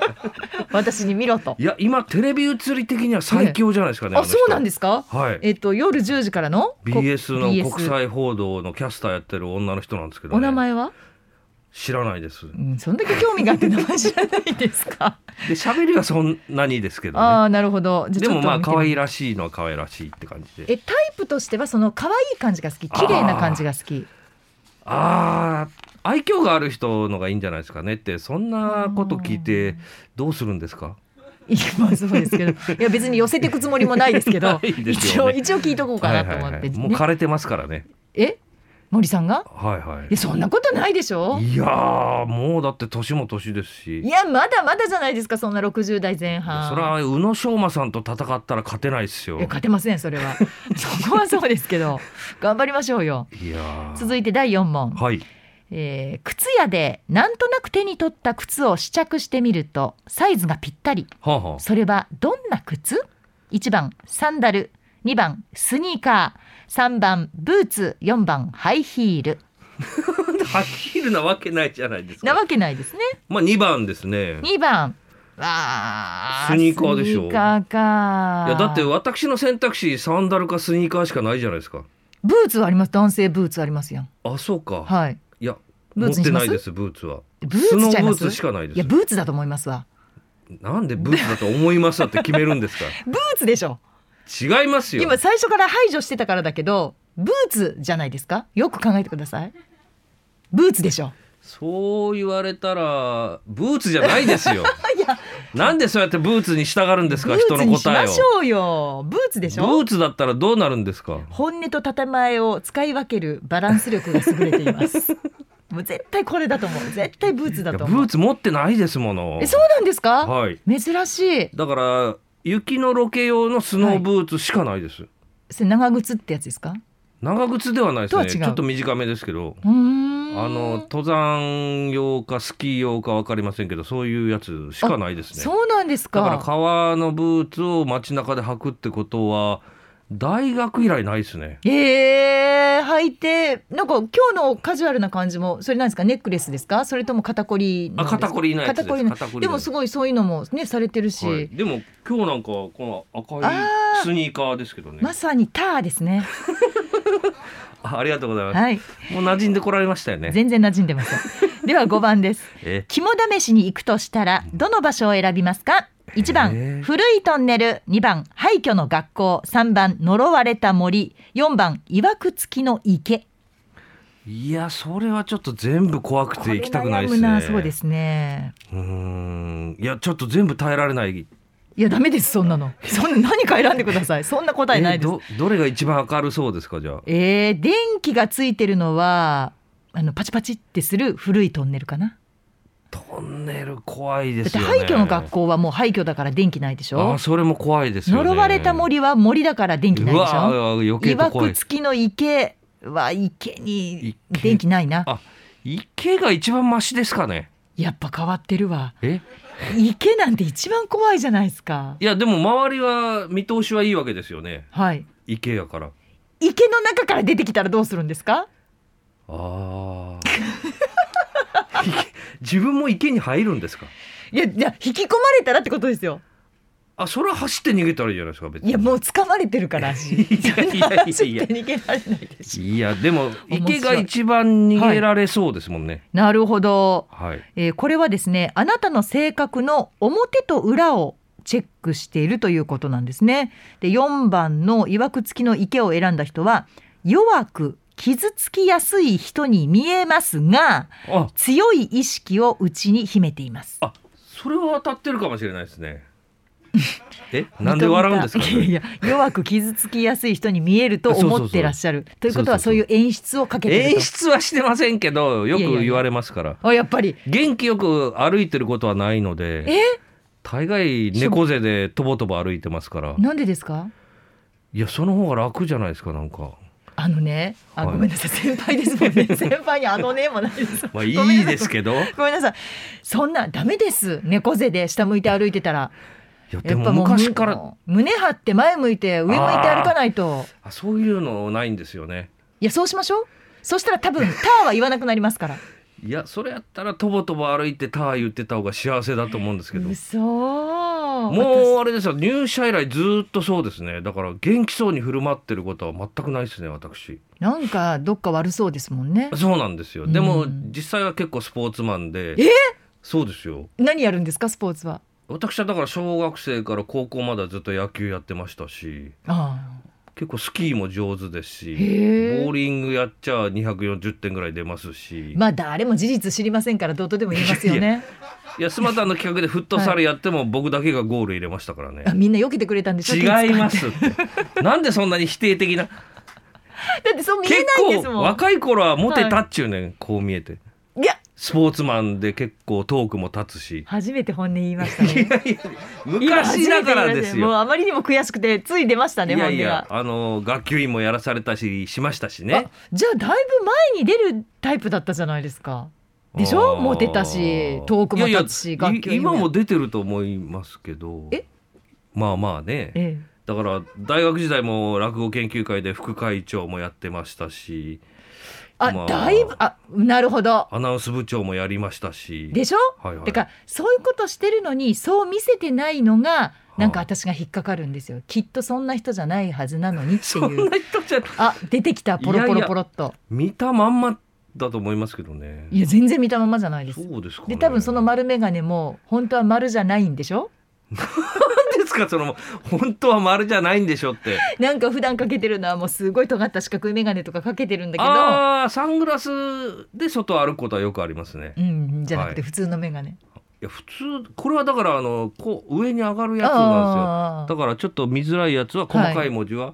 [SPEAKER 1] 私に見ろと
[SPEAKER 3] いや今テレビ映り的には最強じゃないですかね。。
[SPEAKER 1] あそうなんですすか
[SPEAKER 3] はい。
[SPEAKER 1] えっと夜10時からのこ
[SPEAKER 3] BS の
[SPEAKER 1] BS
[SPEAKER 3] 国際報道のキャスターやってる女の人なんですけど、ね、
[SPEAKER 1] お名前は、
[SPEAKER 3] 知らないです。
[SPEAKER 1] うん、そんだけ興味があって名前知らないです か
[SPEAKER 3] で喋りはそんなにですけど
[SPEAKER 1] あ
[SPEAKER 3] ね。
[SPEAKER 1] あなるほどじゃ
[SPEAKER 3] で
[SPEAKER 1] ちょ
[SPEAKER 3] も
[SPEAKER 1] っと
[SPEAKER 3] まあ
[SPEAKER 1] 見てみ
[SPEAKER 3] 可愛らしいのは可愛らしいって感じで。
[SPEAKER 1] えタイプとしてはその可愛い感じが好き綺麗な感じが好き
[SPEAKER 3] ああ愛嬌がある人のがいいんじゃないですかねってそんなこと聞いてどうするんですか
[SPEAKER 1] いやまあそうですけど、いや別に寄せていくつもりもないですけ
[SPEAKER 3] な
[SPEAKER 1] ど、
[SPEAKER 3] いです
[SPEAKER 1] 一
[SPEAKER 3] よ
[SPEAKER 1] 応
[SPEAKER 3] ね
[SPEAKER 1] 一応聞いとこうかなと思っ
[SPEAKER 3] はいは
[SPEAKER 1] て、
[SPEAKER 3] いはい
[SPEAKER 1] ね
[SPEAKER 3] もう枯れてますからね
[SPEAKER 1] え森さんが？
[SPEAKER 3] はいはい
[SPEAKER 1] やそんなことないでしょ
[SPEAKER 3] い。いやーもうだって年も年ですし
[SPEAKER 1] いやまだまだじゃないですかそんな六十代前半。
[SPEAKER 3] それは宇野昌磨さんと戦ったら勝てないですよ
[SPEAKER 1] いや勝てませんそ れは。そこはそうですけど、頑張りましょうよ。
[SPEAKER 3] いやー
[SPEAKER 1] 続いて第四問、
[SPEAKER 3] はい
[SPEAKER 1] えー靴屋でなんとなく手に取った靴を試着してみるとサイズがぴったり。
[SPEAKER 3] はあ、は
[SPEAKER 1] それはどんな靴 ?1 番サンダル2番スニーカー3番ブーツ4番ハイヒール
[SPEAKER 3] あ、ハイヒールなわけないじゃないです
[SPEAKER 1] な
[SPEAKER 3] か
[SPEAKER 1] わけないですね
[SPEAKER 3] まあ2番ですね
[SPEAKER 1] 2番わ
[SPEAKER 3] スニーカーでしょ
[SPEAKER 1] スニーカーか
[SPEAKER 3] いやだって私の選択肢サンダルかスニーカーしかないじゃないですか
[SPEAKER 1] ブーツはあります男性ブーツありますよ
[SPEAKER 3] あそうか、
[SPEAKER 1] はい
[SPEAKER 3] いや
[SPEAKER 1] ブ
[SPEAKER 3] 持
[SPEAKER 1] ー
[SPEAKER 3] っ
[SPEAKER 1] ツにしてます
[SPEAKER 3] ないですブーツは
[SPEAKER 1] ブーツちゃい
[SPEAKER 3] スノーブ
[SPEAKER 1] ま
[SPEAKER 3] ーツ
[SPEAKER 1] す
[SPEAKER 3] しかないです
[SPEAKER 1] やブーツだと思いますわ
[SPEAKER 3] なんでブーツだと思いますだって決めるんですか
[SPEAKER 1] ブーツでしょ
[SPEAKER 3] 違いますよ
[SPEAKER 1] 今最初から排除してたからだけどブーツじゃないですかよく考えてくださいブーツでしょ
[SPEAKER 3] そう言われたらブーツじゃないですよ
[SPEAKER 1] いや
[SPEAKER 3] なんでそうやってブーツに従うんです
[SPEAKER 1] ブ
[SPEAKER 3] か
[SPEAKER 1] ー
[SPEAKER 3] 人
[SPEAKER 1] ツ
[SPEAKER 3] の
[SPEAKER 1] にし
[SPEAKER 3] 答え
[SPEAKER 1] ま
[SPEAKER 3] を
[SPEAKER 1] しょうよブーツでし
[SPEAKER 3] ブ
[SPEAKER 1] ょ
[SPEAKER 3] ーツだったらどうなるんですか
[SPEAKER 1] 本音と建前を使い分けるバランス力が優れています もう絶対これだと思う絶対ブーツだ
[SPEAKER 3] いや
[SPEAKER 1] と
[SPEAKER 3] ブ
[SPEAKER 1] 思う
[SPEAKER 3] ーツ持ってないですもの
[SPEAKER 1] えそうなんですか、
[SPEAKER 3] はい
[SPEAKER 1] 珍しい
[SPEAKER 3] だから雪のロケ用のスノーブーツしかないです、
[SPEAKER 1] それ長靴ってやつですか
[SPEAKER 3] 長靴ではないですね
[SPEAKER 1] と
[SPEAKER 3] ち
[SPEAKER 1] は違う
[SPEAKER 3] ょっと短めですけど
[SPEAKER 1] うーん
[SPEAKER 3] あの登山用かスキー用か分かりませんけどそういうやつしかないですね
[SPEAKER 1] そうなんです
[SPEAKER 3] だ
[SPEAKER 1] か
[SPEAKER 3] から革のブーツを街中で履くってことは大学以来ないですね
[SPEAKER 1] えー、履いてなんか今日のカジュアルな感じもそれなんですかネックレスですかそれとも肩こりなんですか
[SPEAKER 3] あ肩こりのやつです
[SPEAKER 1] 肩こりの
[SPEAKER 3] 肩こりの
[SPEAKER 1] でもすごいそういうのもねされてるし、
[SPEAKER 3] はい、でも今日なんかこの赤い
[SPEAKER 1] あー
[SPEAKER 3] スニーカーですけどね
[SPEAKER 1] まさにターですね
[SPEAKER 3] あありがとうございます、
[SPEAKER 1] はい
[SPEAKER 3] もう馴染んでこられましたよね
[SPEAKER 1] 全然馴染んでませんでは5番です
[SPEAKER 3] え
[SPEAKER 1] 肝試しに行くとしたらどの場所を選びますか1
[SPEAKER 3] へ
[SPEAKER 1] 番
[SPEAKER 3] ー
[SPEAKER 1] 古いトンネル2番廃墟の学校3番呪われた森4番いわくつきの池
[SPEAKER 3] いやそれはちょっと全部怖くて行きたくないで
[SPEAKER 1] こ
[SPEAKER 3] す
[SPEAKER 1] れ悩むな
[SPEAKER 3] ね
[SPEAKER 1] そうですね
[SPEAKER 3] うーんいやちょっと全部耐えられない
[SPEAKER 1] いやダメですそんなのそんな何か選んでくだ さいそんな答えない
[SPEAKER 3] え
[SPEAKER 1] です
[SPEAKER 3] どどれが一番明るそうですかじゃあ
[SPEAKER 1] えー、電気がついてるのはあのパチパチってする古いトンネルかな
[SPEAKER 3] トンネル怖いで
[SPEAKER 1] だっ
[SPEAKER 3] す
[SPEAKER 1] て
[SPEAKER 3] よね
[SPEAKER 1] 廃墟の学校はもう廃墟だから電気ないでしょ
[SPEAKER 3] あそれも怖いですよね
[SPEAKER 1] 呪われた森は森だから電気ないでしょ
[SPEAKER 3] うわ余
[SPEAKER 1] い
[SPEAKER 3] 計と
[SPEAKER 1] わ
[SPEAKER 3] 怖
[SPEAKER 1] く
[SPEAKER 3] い
[SPEAKER 1] つきの池は池に
[SPEAKER 3] 池
[SPEAKER 1] 電気ないな
[SPEAKER 3] あ池が一番マシですかね
[SPEAKER 1] やっぱ変わってるわ
[SPEAKER 3] え
[SPEAKER 1] 池なんて一番怖いじゃないですか
[SPEAKER 3] いやでも周りは見通しはいいわけですよね
[SPEAKER 1] はい
[SPEAKER 3] 池やから
[SPEAKER 1] 池の中から出てきたらどうするんですか
[SPEAKER 3] ああ 自分も池に入るんですか
[SPEAKER 1] いやいや引き込まれたらってことですよ
[SPEAKER 3] あそれは走って逃げたらいいじゃないですか別に
[SPEAKER 1] いやもう掴まれてるから足
[SPEAKER 3] いやい やい
[SPEAKER 1] 走
[SPEAKER 3] や
[SPEAKER 1] って逃げられないでしょ
[SPEAKER 3] いやでも
[SPEAKER 1] 面白い
[SPEAKER 3] 池が一番逃げられそうですもんね
[SPEAKER 1] なるほど、
[SPEAKER 3] はい
[SPEAKER 1] えーこれはですねあなたの性格の表と裏をチェックしているということなんですねで4番のいわくつきの池を選んだ人は弱く傷つきやすい人に見えますが
[SPEAKER 3] あ
[SPEAKER 1] 強い意識を内に秘めています
[SPEAKER 3] あそれは当たってるかもしれないですね えなんで笑うんですか
[SPEAKER 1] 認めたい やいや弱く傷つきやすい人に見えると思ってらっしゃるということはそ
[SPEAKER 3] そうう
[SPEAKER 1] い
[SPEAKER 3] そう
[SPEAKER 1] う演出をかけてると
[SPEAKER 3] 演出はしてませんけどよく言われますから
[SPEAKER 1] あやっぱり
[SPEAKER 3] 元気よく歩いてることはないので
[SPEAKER 1] え
[SPEAKER 3] 大概猫背でとぼとぼ歩いてますから
[SPEAKER 1] なんでですか
[SPEAKER 3] いやその方が楽じゃないですかなんか
[SPEAKER 1] あのねあ
[SPEAKER 3] はい
[SPEAKER 1] ごめんなさい先輩ですもんね 先輩にあのねもないです
[SPEAKER 3] まあい
[SPEAKER 1] ごめん
[SPEAKER 3] い
[SPEAKER 1] なさ
[SPEAKER 3] で すけどい
[SPEAKER 1] ごめんなさいそんなダメです猫背で下向いて歩いてたら
[SPEAKER 3] やで
[SPEAKER 1] やっぱ
[SPEAKER 3] も
[SPEAKER 1] もう
[SPEAKER 3] 昔から
[SPEAKER 1] む胸張って前向いて上向いて歩かないと
[SPEAKER 3] あそういうのないんですよね
[SPEAKER 1] いやそうしましょうそしたら 多分ターは言わなくなりますから
[SPEAKER 3] いやそれやったらとぼとぼ歩いてター言ってた方が幸せだと思うんですけど
[SPEAKER 1] 嘘
[SPEAKER 3] もうあれですよ入社以来ずっとそうですねだから元気そうに振る舞ってることは全くないですね私
[SPEAKER 1] なんかどっか悪そうですもんね。
[SPEAKER 3] そうなんですよでも
[SPEAKER 1] うん
[SPEAKER 3] 実際は結構スポーツマンで
[SPEAKER 1] え
[SPEAKER 3] そうですよ
[SPEAKER 1] 何やるんですかスポーツは。
[SPEAKER 3] 私はだから小学生から高校まではずっと野球やってましたし
[SPEAKER 1] あ
[SPEAKER 3] 結構スキーも上手ですし
[SPEAKER 1] へー
[SPEAKER 3] ボーリングやっちゃ240点ぐらい出ますし、
[SPEAKER 1] まあ誰も事実知りませんからどうとでも言えますよね。
[SPEAKER 3] いやスマタンの企画でフットサルやっても僕だけがゴール入れましたからね、
[SPEAKER 1] あみんな避けてくれたんでしょ手使って
[SPEAKER 3] 違いますってなんでそんなに否定的な
[SPEAKER 1] だって そう見え
[SPEAKER 3] 結
[SPEAKER 1] ないです
[SPEAKER 3] 構
[SPEAKER 1] もん。
[SPEAKER 3] 若い頃はモテたっちゅうねん、こう見えて
[SPEAKER 1] いや
[SPEAKER 3] スポーツマンで結構トークも立 つし
[SPEAKER 1] 初めて本音言いましたね。今初めて
[SPEAKER 3] 昔
[SPEAKER 1] 言
[SPEAKER 3] だ
[SPEAKER 1] いまし
[SPEAKER 3] か
[SPEAKER 1] た
[SPEAKER 3] ら
[SPEAKER 1] ね
[SPEAKER 3] です
[SPEAKER 1] もう
[SPEAKER 3] よ
[SPEAKER 1] あまりにも悔しくてつい出ました
[SPEAKER 3] い
[SPEAKER 1] ね
[SPEAKER 3] や
[SPEAKER 1] 本音
[SPEAKER 3] いや
[SPEAKER 1] が。
[SPEAKER 3] あの学級委員もやらされたししましたしね
[SPEAKER 1] あじゃあだいぶ前に出るタイプだったじゃないですか。でしょ
[SPEAKER 3] あー
[SPEAKER 1] モテたしトークも立つし
[SPEAKER 3] いやいや
[SPEAKER 1] 学級委
[SPEAKER 3] い
[SPEAKER 1] 員も
[SPEAKER 3] 今も出てると思いますけど
[SPEAKER 1] え
[SPEAKER 3] まあまあね
[SPEAKER 1] ええ
[SPEAKER 3] だから大学時代も落語研究会で副会長もやってましたし
[SPEAKER 1] あ、
[SPEAKER 3] まあ
[SPEAKER 1] だいぶあなるほど
[SPEAKER 3] アナウンス部長もやりましたし
[SPEAKER 1] でしょ。
[SPEAKER 3] はいはい
[SPEAKER 1] だからそういうことしてるのにそう見せてないのがなんか
[SPEAKER 3] はあ
[SPEAKER 1] 私が引っかかるんですよきっとそんな人じゃないはずなのにって
[SPEAKER 3] そん
[SPEAKER 1] いう
[SPEAKER 3] な人じゃ
[SPEAKER 1] あ出てきたポロポ
[SPEAKER 3] いやい
[SPEAKER 1] ロ
[SPEAKER 3] や
[SPEAKER 1] ポロっと
[SPEAKER 3] 見たまんまだと思いますけどね
[SPEAKER 1] いや全然見たままじゃないです
[SPEAKER 3] そうですか、ね、
[SPEAKER 1] で多分その丸眼鏡も本当は丸じゃないんでしょ
[SPEAKER 3] なんですかその本当は丸じゃないんでしょって
[SPEAKER 1] なんか普段かけてるのはもうすごい尖った四角い眼鏡とかかけてるんだけど、
[SPEAKER 3] ああーサングラスで外歩くことはよくありますね
[SPEAKER 1] うん、じゃなく
[SPEAKER 3] はい
[SPEAKER 1] て普通の眼鏡。
[SPEAKER 3] いや普通これはだからあのこう上に上がるやつな
[SPEAKER 1] あ
[SPEAKER 3] んですよだからちょっと見づらいやつは細かい文字は、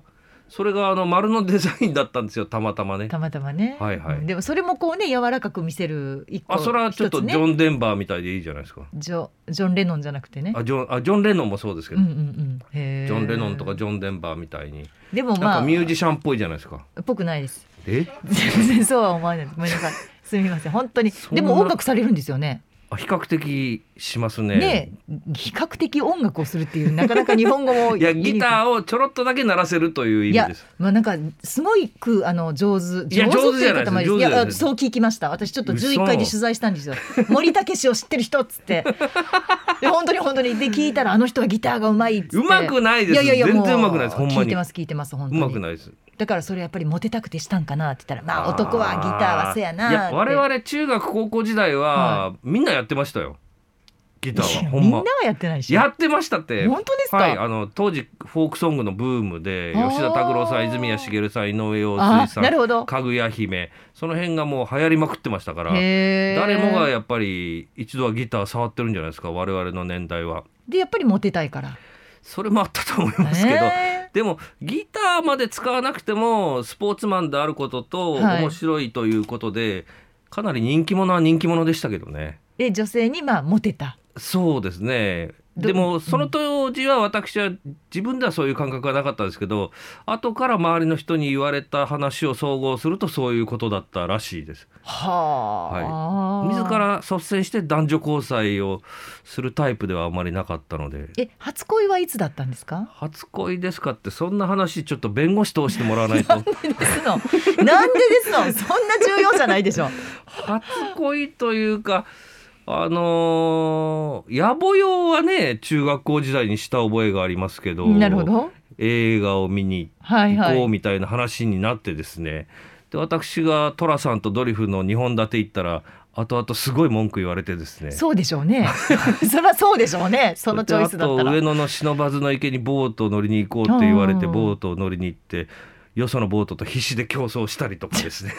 [SPEAKER 3] それがあの丸のデザインだったんですよたまたまね
[SPEAKER 1] ーたまたまね、
[SPEAKER 3] はいはい
[SPEAKER 1] うんでもそれもこうね柔らかく見せる一個
[SPEAKER 3] あそれはちょっと
[SPEAKER 1] 一つ
[SPEAKER 3] ジ
[SPEAKER 1] ね
[SPEAKER 3] ョン・デンバーみたいでいいじゃないですか
[SPEAKER 1] ジョジョン・レノンじゃなくてね
[SPEAKER 3] あジョンあジョン・レノンもそうですけ
[SPEAKER 1] うん
[SPEAKER 3] ど、
[SPEAKER 1] うんうんへー
[SPEAKER 3] ジョン・レノンとかジョン・デンバーみたいに
[SPEAKER 1] でもま
[SPEAKER 3] な
[SPEAKER 1] あ
[SPEAKER 3] んかミュージシャンっぽいじゃないですか、
[SPEAKER 1] っぽくないです
[SPEAKER 3] え
[SPEAKER 1] 全然そうは思わないですごめんなさいすみません本当に
[SPEAKER 3] そん
[SPEAKER 1] で
[SPEAKER 3] な
[SPEAKER 1] も音楽されるんですよね
[SPEAKER 3] あ比較的しますね
[SPEAKER 1] ね比較的音楽をするっていうなかなか日本語も
[SPEAKER 3] いやギタ
[SPEAKER 1] ー
[SPEAKER 3] ーをちょろっとだけ鳴らせるという意
[SPEAKER 1] い
[SPEAKER 3] 味
[SPEAKER 1] や
[SPEAKER 3] です。
[SPEAKER 1] まあなんかすごいくあの上手
[SPEAKER 3] いや
[SPEAKER 1] 上手って言方も
[SPEAKER 3] 上手じゃ
[SPEAKER 1] い
[SPEAKER 3] ない
[SPEAKER 1] や
[SPEAKER 3] です
[SPEAKER 1] そう聞きました私ちょっと
[SPEAKER 3] 嘘
[SPEAKER 1] 11回で取材したんですよ森武氏を知ってる人っつっ てで本当に本当にで聞いたらあの人はギターがうまいっつって
[SPEAKER 3] うまくないです。
[SPEAKER 1] いやいや
[SPEAKER 3] 全
[SPEAKER 1] も
[SPEAKER 3] 然うまくないです。ほんま
[SPEAKER 1] 聞い
[SPEAKER 3] に。
[SPEAKER 1] てま
[SPEAKER 3] う
[SPEAKER 1] す聞いてます本当に
[SPEAKER 3] まくないです。
[SPEAKER 1] だからそれやっぱりモテたくてしたんかなって言ったらまあ男はギターはせやなっ
[SPEAKER 3] い
[SPEAKER 1] て
[SPEAKER 3] や我々中学高校時代は、みんなやってましたよ。ギターは ほ
[SPEAKER 1] み
[SPEAKER 3] ん
[SPEAKER 1] んな
[SPEAKER 3] ま
[SPEAKER 1] は。やってないでしょ
[SPEAKER 3] やってましたって。
[SPEAKER 1] 本当ですか、
[SPEAKER 3] はい、あの当時フォークソングのブームで
[SPEAKER 1] あー
[SPEAKER 3] 吉田拓郎さん泉谷しげるさん井上陽
[SPEAKER 1] あ
[SPEAKER 3] 水さ
[SPEAKER 1] なる
[SPEAKER 3] ん
[SPEAKER 1] ほど
[SPEAKER 3] かぐや姫その辺がもう流行りまくってましたから
[SPEAKER 1] 誰
[SPEAKER 3] 誰もがやっぱり一度はギター触ってるんじゃないですか我々の年代は
[SPEAKER 1] でやっぱりモテたいから
[SPEAKER 3] それもあったと思いますけど、
[SPEAKER 1] ね
[SPEAKER 3] でもギターまで使わなくてもスポーツマンであることと
[SPEAKER 1] はい
[SPEAKER 3] 面白いということで、かなり人気者は人気者でしたけどね
[SPEAKER 1] で女性にまあモテた
[SPEAKER 3] そうですね
[SPEAKER 1] ど
[SPEAKER 3] でもその当時は私は自分ではそういう感覚はなかったですけど後から周りの人に言われた話を総合するとそういうことだったらしいです
[SPEAKER 1] はあ、
[SPEAKER 3] 自ら率先して男女交際をするタイプではあまりなかったので
[SPEAKER 1] え初恋はいつだったんですか
[SPEAKER 3] 初恋ですかってそんな話ちょっと弁護士通してもらわないと
[SPEAKER 1] なんでですの なんでですのそんな重要じゃないでしょ
[SPEAKER 3] 初恋というかあのー野暮用はね中学校時代にした覚えがありますけど
[SPEAKER 1] なるほど
[SPEAKER 3] 映画を見に
[SPEAKER 1] はい
[SPEAKER 3] 行
[SPEAKER 1] は
[SPEAKER 3] こう
[SPEAKER 1] い
[SPEAKER 3] みたいな話になってですね、で私が寅さんとドリフの2本立て行ったら後々すごい文句言われてですね
[SPEAKER 1] そうでしょう ねそりゃそうでしょうねそのチョイスだった
[SPEAKER 3] であと
[SPEAKER 1] ら
[SPEAKER 3] 上野の不忍の池にボートを乗りに行こうって言われて
[SPEAKER 1] うん
[SPEAKER 3] ボートを乗りに行ってよそのボートと必死で競争したりとかで すね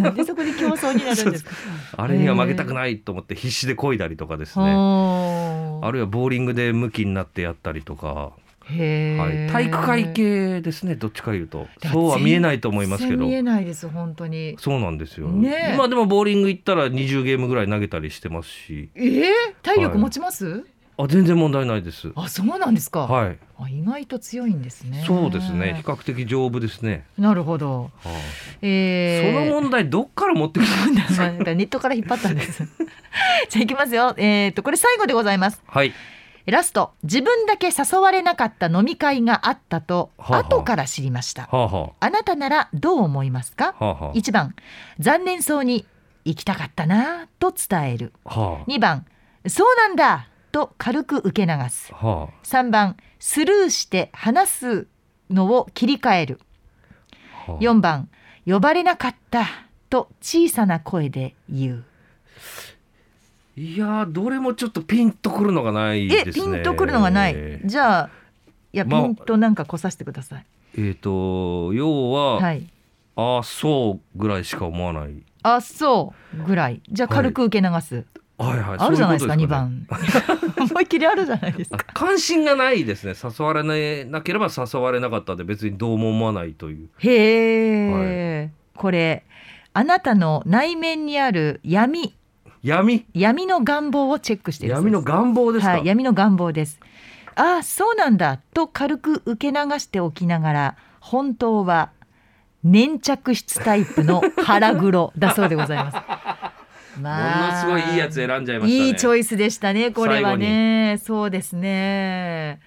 [SPEAKER 1] なん でそこで競争になるんですか
[SPEAKER 3] あれには負けたくないと思って必死で漕いだりとかですね
[SPEAKER 1] はあ
[SPEAKER 3] あるいはボーリングで向きになってやったりとか、
[SPEAKER 1] へ
[SPEAKER 3] はい、
[SPEAKER 1] ー
[SPEAKER 3] 体育会系ですねどっちかいうと
[SPEAKER 1] だ
[SPEAKER 3] そうは見えないと思いますけ
[SPEAKER 1] 全然
[SPEAKER 3] ど
[SPEAKER 1] 見えないです本当に。
[SPEAKER 3] そうなんですよ、
[SPEAKER 1] ねえ
[SPEAKER 3] 今でもボーリング行ったら20ゲームぐらい投げたりしてますし
[SPEAKER 1] えー、体力持ちます？
[SPEAKER 3] あ全然問題ないです
[SPEAKER 1] あ、そうなんですか、
[SPEAKER 3] はい
[SPEAKER 1] あ、意外と強いんですね。
[SPEAKER 3] そうですね比較的丈夫ですね、
[SPEAKER 1] なるほど。
[SPEAKER 3] はい
[SPEAKER 1] えー、
[SPEAKER 3] その問題どっから持ってきた
[SPEAKER 1] なんかネットから引っ張ったんです。 じゃあいきますよ。えっ、とこれ最後でございます。
[SPEAKER 3] はい
[SPEAKER 1] ラスト自分だけ誘われなかった飲み会があったと
[SPEAKER 3] はあはあ
[SPEAKER 1] 後から知りました。
[SPEAKER 3] はあは
[SPEAKER 1] あなたならどう思いますか？
[SPEAKER 3] あはあは
[SPEAKER 1] 一番残念そうに行きたかったなぁと伝える。
[SPEAKER 3] あは
[SPEAKER 1] 二番そうなんだと軽く受け流す。
[SPEAKER 3] あは
[SPEAKER 1] 3番スルーして話すのを切り替える
[SPEAKER 3] あはあ
[SPEAKER 1] 4番呼ばれなかったと小さな声で言う
[SPEAKER 3] いやーどれもちょっとピンとくるのがないです
[SPEAKER 1] え
[SPEAKER 3] ね
[SPEAKER 1] ピンとくるのがないじゃあいや、
[SPEAKER 3] まあ
[SPEAKER 1] ピンとなんか来させてください
[SPEAKER 3] えっ、と要は、
[SPEAKER 1] はい
[SPEAKER 3] ああそうぐらいしか思わない
[SPEAKER 1] あそうぐらいじゃあ軽く受け流す、
[SPEAKER 3] はいはい
[SPEAKER 1] あるじゃないですか
[SPEAKER 3] そう
[SPEAKER 1] 二
[SPEAKER 3] うことね
[SPEAKER 1] 番 思いっきりあるじゃないです
[SPEAKER 3] あ
[SPEAKER 1] か
[SPEAKER 3] 関心がないですね誘われなければ誘われなかったで別にどうも思わないという
[SPEAKER 1] へえ、これあなたの内面にある闇
[SPEAKER 3] 闇
[SPEAKER 1] 闇の願望をチェックしているそうで
[SPEAKER 3] 闇
[SPEAKER 1] す
[SPEAKER 3] の願望ですか、
[SPEAKER 1] はい、闇の願望です。ああ、そうなんだと軽く受け流しておきながら、本当は粘着質タイプの腹黒だそうでござい ます。
[SPEAKER 3] ものすごいいいやつ選んじゃいましたね
[SPEAKER 1] いいチョイスでしたね。これはね、そうですね。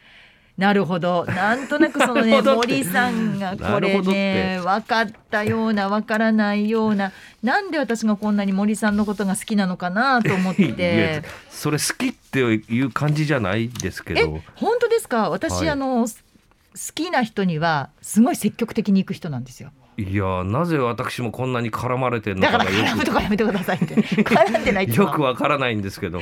[SPEAKER 1] なるほど。なんとなくそ のね、
[SPEAKER 3] なるほどって
[SPEAKER 1] 森さんがこ
[SPEAKER 3] なる
[SPEAKER 1] れ
[SPEAKER 3] ほどっ
[SPEAKER 1] ね
[SPEAKER 3] て、
[SPEAKER 1] 分かったような分からないような、なんで私がこんなに森さんのことが好きなのかなと思っ
[SPEAKER 3] いや
[SPEAKER 1] て。
[SPEAKER 3] それ好きっていう感じじゃないですけど
[SPEAKER 1] え本当ですか私、
[SPEAKER 3] はい
[SPEAKER 1] あのす好きな人にはすごい積極的に行く人なんですよ
[SPEAKER 3] いやーなぜ私もこんなに絡まれてるの
[SPEAKER 1] だ
[SPEAKER 3] か
[SPEAKER 1] から
[SPEAKER 3] が
[SPEAKER 1] 絡むと
[SPEAKER 3] よ
[SPEAKER 1] こやめてくださ いって絡んでないって
[SPEAKER 3] くよくわからないんですけど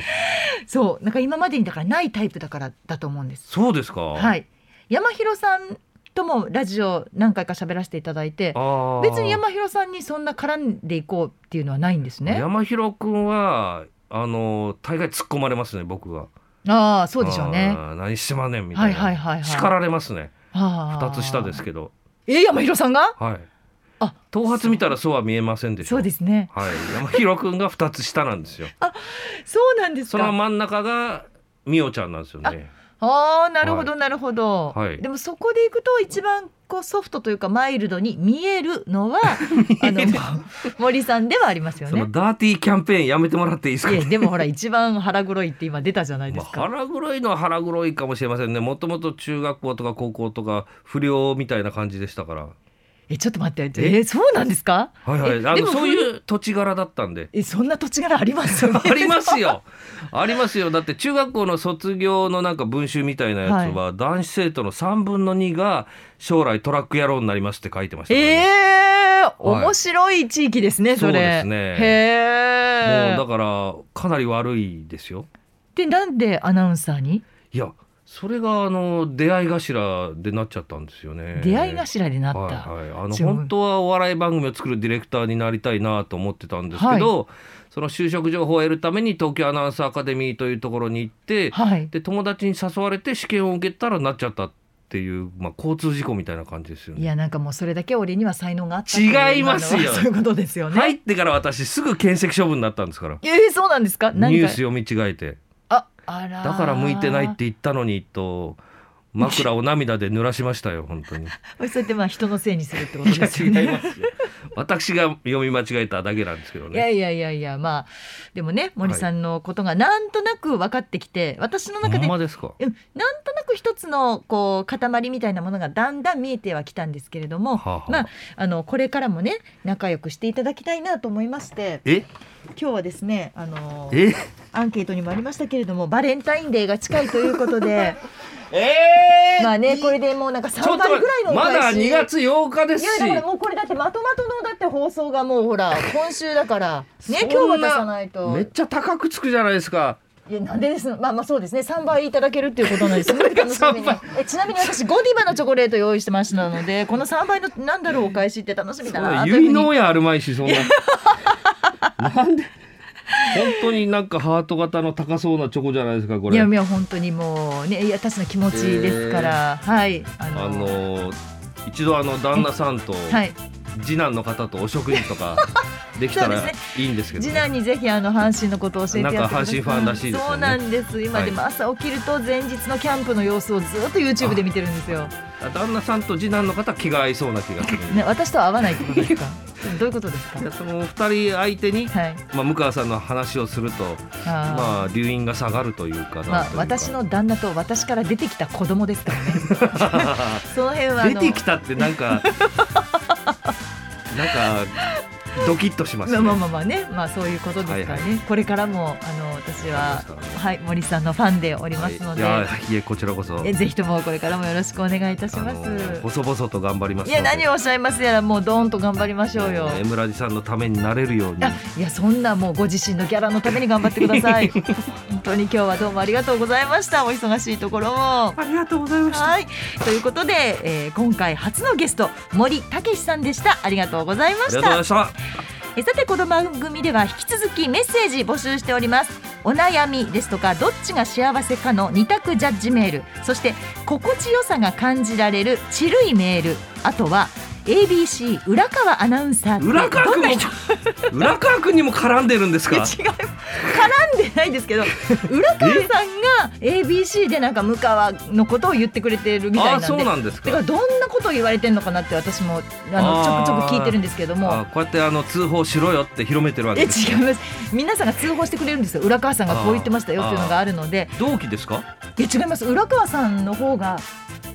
[SPEAKER 1] そうなんか今までにだからないタイプだからだと思うんです
[SPEAKER 3] そうですか
[SPEAKER 1] はいい山広さんともラジオ何回か喋らせていただいて
[SPEAKER 3] あ
[SPEAKER 1] 別に
[SPEAKER 3] 山
[SPEAKER 1] 山広さんにそんな絡んでいこうっていうのはないんですね
[SPEAKER 3] 山広くんはあの大概突っ込まれますね僕は
[SPEAKER 1] ああそうでしょうね
[SPEAKER 3] あー何してまんねんみたいな、
[SPEAKER 1] はいはいはいはい
[SPEAKER 3] 叱られますね
[SPEAKER 1] 二
[SPEAKER 3] 二つ下ですけど
[SPEAKER 1] え山広さんが
[SPEAKER 3] はい
[SPEAKER 1] あ
[SPEAKER 3] 頭髪見たらそうは見えませんでし
[SPEAKER 1] そ
[SPEAKER 3] ょ
[SPEAKER 1] うですね
[SPEAKER 3] はい山広くんが二つ下なんですよ
[SPEAKER 1] そうなんです
[SPEAKER 3] その
[SPEAKER 1] か
[SPEAKER 3] 真ん中が美桜ちゃんなんですよね
[SPEAKER 1] ああなるほどなるほど、
[SPEAKER 3] はい
[SPEAKER 1] でもそこでいくと一番こうソフトというかマイルドに見えるの はあの森さんではありますよ
[SPEAKER 3] その
[SPEAKER 1] ね。
[SPEAKER 3] ダーティーキャンペーンやめてもらっていいですか
[SPEAKER 1] いやでもほら一番腹黒いって今出たじゃないで
[SPEAKER 3] ますあ、
[SPEAKER 1] か。
[SPEAKER 3] 腹黒いのは腹黒いかもしれませんねもともと中学校とか高校とか不良みたいな感じでしたから
[SPEAKER 1] えちょっと待って
[SPEAKER 3] え
[SPEAKER 1] えそうなんですか？
[SPEAKER 3] はいはいあ
[SPEAKER 1] で
[SPEAKER 3] の
[SPEAKER 1] も
[SPEAKER 3] そういう土地柄だったんで
[SPEAKER 1] えそんな土地柄あります？
[SPEAKER 3] あ りますよありますよだって中学校の卒業のなんか文集みたいなやつは、男子生徒の3分の2が将来トラック野郎になりますって書いてました
[SPEAKER 1] え
[SPEAKER 3] からね、
[SPEAKER 1] え面白い地域ですね、それ。
[SPEAKER 3] そうですね
[SPEAKER 1] へえ。
[SPEAKER 3] もうだからかなり悪いですよ
[SPEAKER 1] でなんでアナウンサーに、
[SPEAKER 3] いやそれがあの出会い頭でなっちゃったんですよね
[SPEAKER 1] 出会い頭になった。
[SPEAKER 3] はいはい、あの
[SPEAKER 1] 自分
[SPEAKER 3] 本当はお笑い番組を作るディレクターになりたいなと思ってたんですけど、その就職情報を得るために東京アナウンサーアカデミーというところに行って、
[SPEAKER 1] はい
[SPEAKER 3] で友達に誘われて試験を受けたらなっちゃったっていう、まあ、交通事故みたいな感じですよ
[SPEAKER 1] い
[SPEAKER 3] ね。
[SPEAKER 1] やなんかもうそれだけ俺には才能があった
[SPEAKER 3] 違いますよ
[SPEAKER 1] 今のは そういうことですよね。
[SPEAKER 3] 入ってから私すぐ検責処分になったんですから
[SPEAKER 1] えー、そうなんですか。
[SPEAKER 3] ニ
[SPEAKER 1] 何
[SPEAKER 3] ュー
[SPEAKER 1] か
[SPEAKER 3] ス読み違えて
[SPEAKER 1] ああらー
[SPEAKER 3] だから向いてないって。言ったのにと枕を涙で濡らしましたよ本当 に
[SPEAKER 1] そうやってまあ人のせいにするってこと
[SPEAKER 3] い
[SPEAKER 1] で
[SPEAKER 3] や
[SPEAKER 1] すよね。
[SPEAKER 3] 違いますよ 私が読み間違えただけなんですけど
[SPEAKER 1] いや
[SPEAKER 3] ね
[SPEAKER 1] いやいやいやまあでもね森さんのことがなんとなく分かってきて、私の
[SPEAKER 3] ほ
[SPEAKER 1] 中で
[SPEAKER 3] ん
[SPEAKER 1] うん
[SPEAKER 3] まですか
[SPEAKER 1] なんとなく一つのこう塊みたいなものがだんだん見えてはきたんですけれども、
[SPEAKER 3] はあはあ
[SPEAKER 1] まああのこれからもね仲良くしていただきたいなと思いまして
[SPEAKER 3] え
[SPEAKER 1] 今日はですねあの
[SPEAKER 3] え
[SPEAKER 1] アンケートにもありましたけれどもバレンタインデーが近いということで
[SPEAKER 3] えー
[SPEAKER 1] まあねこれでもうなんか3
[SPEAKER 3] ちょっと
[SPEAKER 1] 倍ぐらいのお
[SPEAKER 3] ま
[SPEAKER 1] 返し
[SPEAKER 3] だ2月8日です
[SPEAKER 1] い
[SPEAKER 3] し
[SPEAKER 1] やだからもうこれだってまとまとのだって放送がもうほら今週だからね
[SPEAKER 3] そんな
[SPEAKER 1] 今日渡さないと
[SPEAKER 3] めっちゃ高くつくじゃないですか
[SPEAKER 1] いやなんでですまあまあそうですね三倍いただけるっていうことなんですね楽しみに
[SPEAKER 3] 三
[SPEAKER 1] えちなみに私ゴディバのチョコレート用意してましたのでこの三倍のなんだろうお返しって楽しみだなというふう
[SPEAKER 3] 結
[SPEAKER 1] に
[SPEAKER 3] 納やあるまいしそ んななんで本当になんかハート型の高そうなチョコじゃないですかこ
[SPEAKER 1] い
[SPEAKER 3] れ
[SPEAKER 1] や
[SPEAKER 3] あ
[SPEAKER 1] いや本当にもうねいや私の気持ちですから、はいあの
[SPEAKER 3] のー一度あの旦那さんと
[SPEAKER 1] はい
[SPEAKER 3] 次男の方とお食事と かできた
[SPEAKER 1] そう
[SPEAKER 3] ら
[SPEAKER 1] で
[SPEAKER 3] いいんですけど
[SPEAKER 1] 次
[SPEAKER 3] ね
[SPEAKER 1] 男にぜひあの阪神のことを教えてやってください
[SPEAKER 3] なんか阪神ファンらしいですよね
[SPEAKER 1] そうなんです今
[SPEAKER 3] はい
[SPEAKER 1] でも朝起きると前日のキャンプの様子をずっと YouTube で見てるんですよ
[SPEAKER 3] 旦那さんと次男の方気が合いそうな気がするんで
[SPEAKER 1] ね、私とは合わないってことですか どういうことですか
[SPEAKER 3] いやそのお二人相手に、
[SPEAKER 1] はい
[SPEAKER 3] まあ、向川さんの話をするとま
[SPEAKER 1] あ
[SPEAKER 3] あ留飲が下がるというか
[SPEAKER 1] ー
[SPEAKER 3] な
[SPEAKER 1] ま
[SPEAKER 3] ん
[SPEAKER 1] あ
[SPEAKER 3] というか
[SPEAKER 1] 私 の旦那と私から出てきた子供ですからねその辺はあ
[SPEAKER 3] 出
[SPEAKER 1] の
[SPEAKER 3] てきたってな んかなんかドキッとします
[SPEAKER 1] ま
[SPEAKER 3] ね。
[SPEAKER 1] あまあまあまあねまあそういうことですからね、
[SPEAKER 3] はいは
[SPEAKER 1] これからもあの私は
[SPEAKER 3] そうですか
[SPEAKER 1] はい森さんのファンでおりますので、
[SPEAKER 3] はいいやいえこちらこそ。
[SPEAKER 1] えぜひともこれからもよろしくお願いいたし
[SPEAKER 3] あの
[SPEAKER 1] ます、
[SPEAKER 3] 細々と頑張りますの
[SPEAKER 1] いや
[SPEAKER 3] で。
[SPEAKER 1] 何をおっしゃいますやらもうどーんと頑張りましょうよ、
[SPEAKER 3] エムラジさんのためになれるように。
[SPEAKER 1] あいやそんなもうご自身のギャラのために頑張ってくだ さい本当に今日はどうもありがとうございましたお忙しいところも
[SPEAKER 3] ありがとうございました。
[SPEAKER 1] はいということで、えー今回初のゲスト森武さんでしたありがとうございま
[SPEAKER 3] あり
[SPEAKER 1] し
[SPEAKER 3] がとうござい
[SPEAKER 1] た
[SPEAKER 3] ました。
[SPEAKER 1] えさてこの番組では引き続きメッセージ募集しておりますお悩みですとかどっちが幸せかの二択ジャッジメールそして心地よさが感じられるチルいメールあとは ABC 浦川アナウンサーって
[SPEAKER 3] 浦川
[SPEAKER 1] どん
[SPEAKER 3] 君
[SPEAKER 1] な
[SPEAKER 3] も
[SPEAKER 1] 人
[SPEAKER 3] 浦川君にも絡んでるんで す
[SPEAKER 1] いや
[SPEAKER 3] か。
[SPEAKER 1] 違う絡んでない ですけど浦川さんが ABC でなんか向川のことを言ってくれてるみたいなん
[SPEAKER 3] あ
[SPEAKER 1] で
[SPEAKER 3] そうなんです
[SPEAKER 1] だから
[SPEAKER 3] か。
[SPEAKER 1] どんなことを言われてるのかなって私もあの
[SPEAKER 3] あー
[SPEAKER 1] ちょくちょく聞いてるんですけれども
[SPEAKER 3] あこうやってあの通報しろよって広めてるわ
[SPEAKER 1] え違
[SPEAKER 3] け
[SPEAKER 1] い
[SPEAKER 3] です。
[SPEAKER 1] ます皆さんが通報してくれるんですよ浦川さんがこう言ってましたよっていうのがあるので
[SPEAKER 3] 同期ですか。
[SPEAKER 1] いや違います浦川さんの方が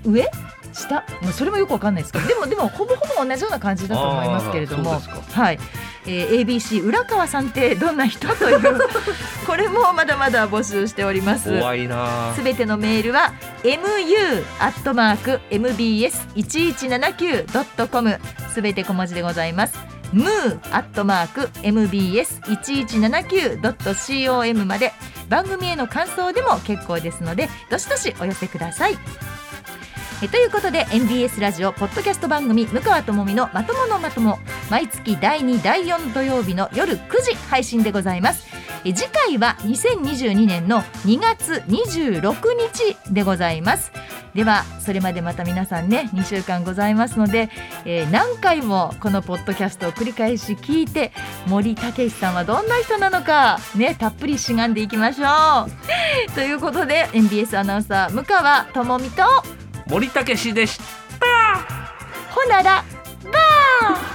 [SPEAKER 1] 上した、まあ、それもよくわかんないで すけどでもでもほぼほぼ同じような感じだと思いますけれど
[SPEAKER 3] あ
[SPEAKER 1] も
[SPEAKER 3] ーそうです
[SPEAKER 1] はい、えー、ABC 浦川さんってどんな人という これもまだまだ募集しております。
[SPEAKER 3] 怖いな
[SPEAKER 1] すべてのメールは mu アットマーク mbs 一一七九ドットコムすべて小文字でございます。mu アットマーク mbs 一一七九ドット com まで番組への感想でも結構ですのでどしどしお寄せください。えということで MBS ラジオポッドキャスト番組「向川智美のまとものまとも」毎月第2第4土曜日の夜9時配信でございますえ次回は2022年の2月26日でございますではそれまでまた皆さんね2週間ございますので、えー何回もこのポッドキャストを繰り返し聞いて森武さんはどんな人なのかねたっぷりしがんでいきましょうということで MBS アナウンサー向川智美と
[SPEAKER 3] 森武でした
[SPEAKER 1] ほならばー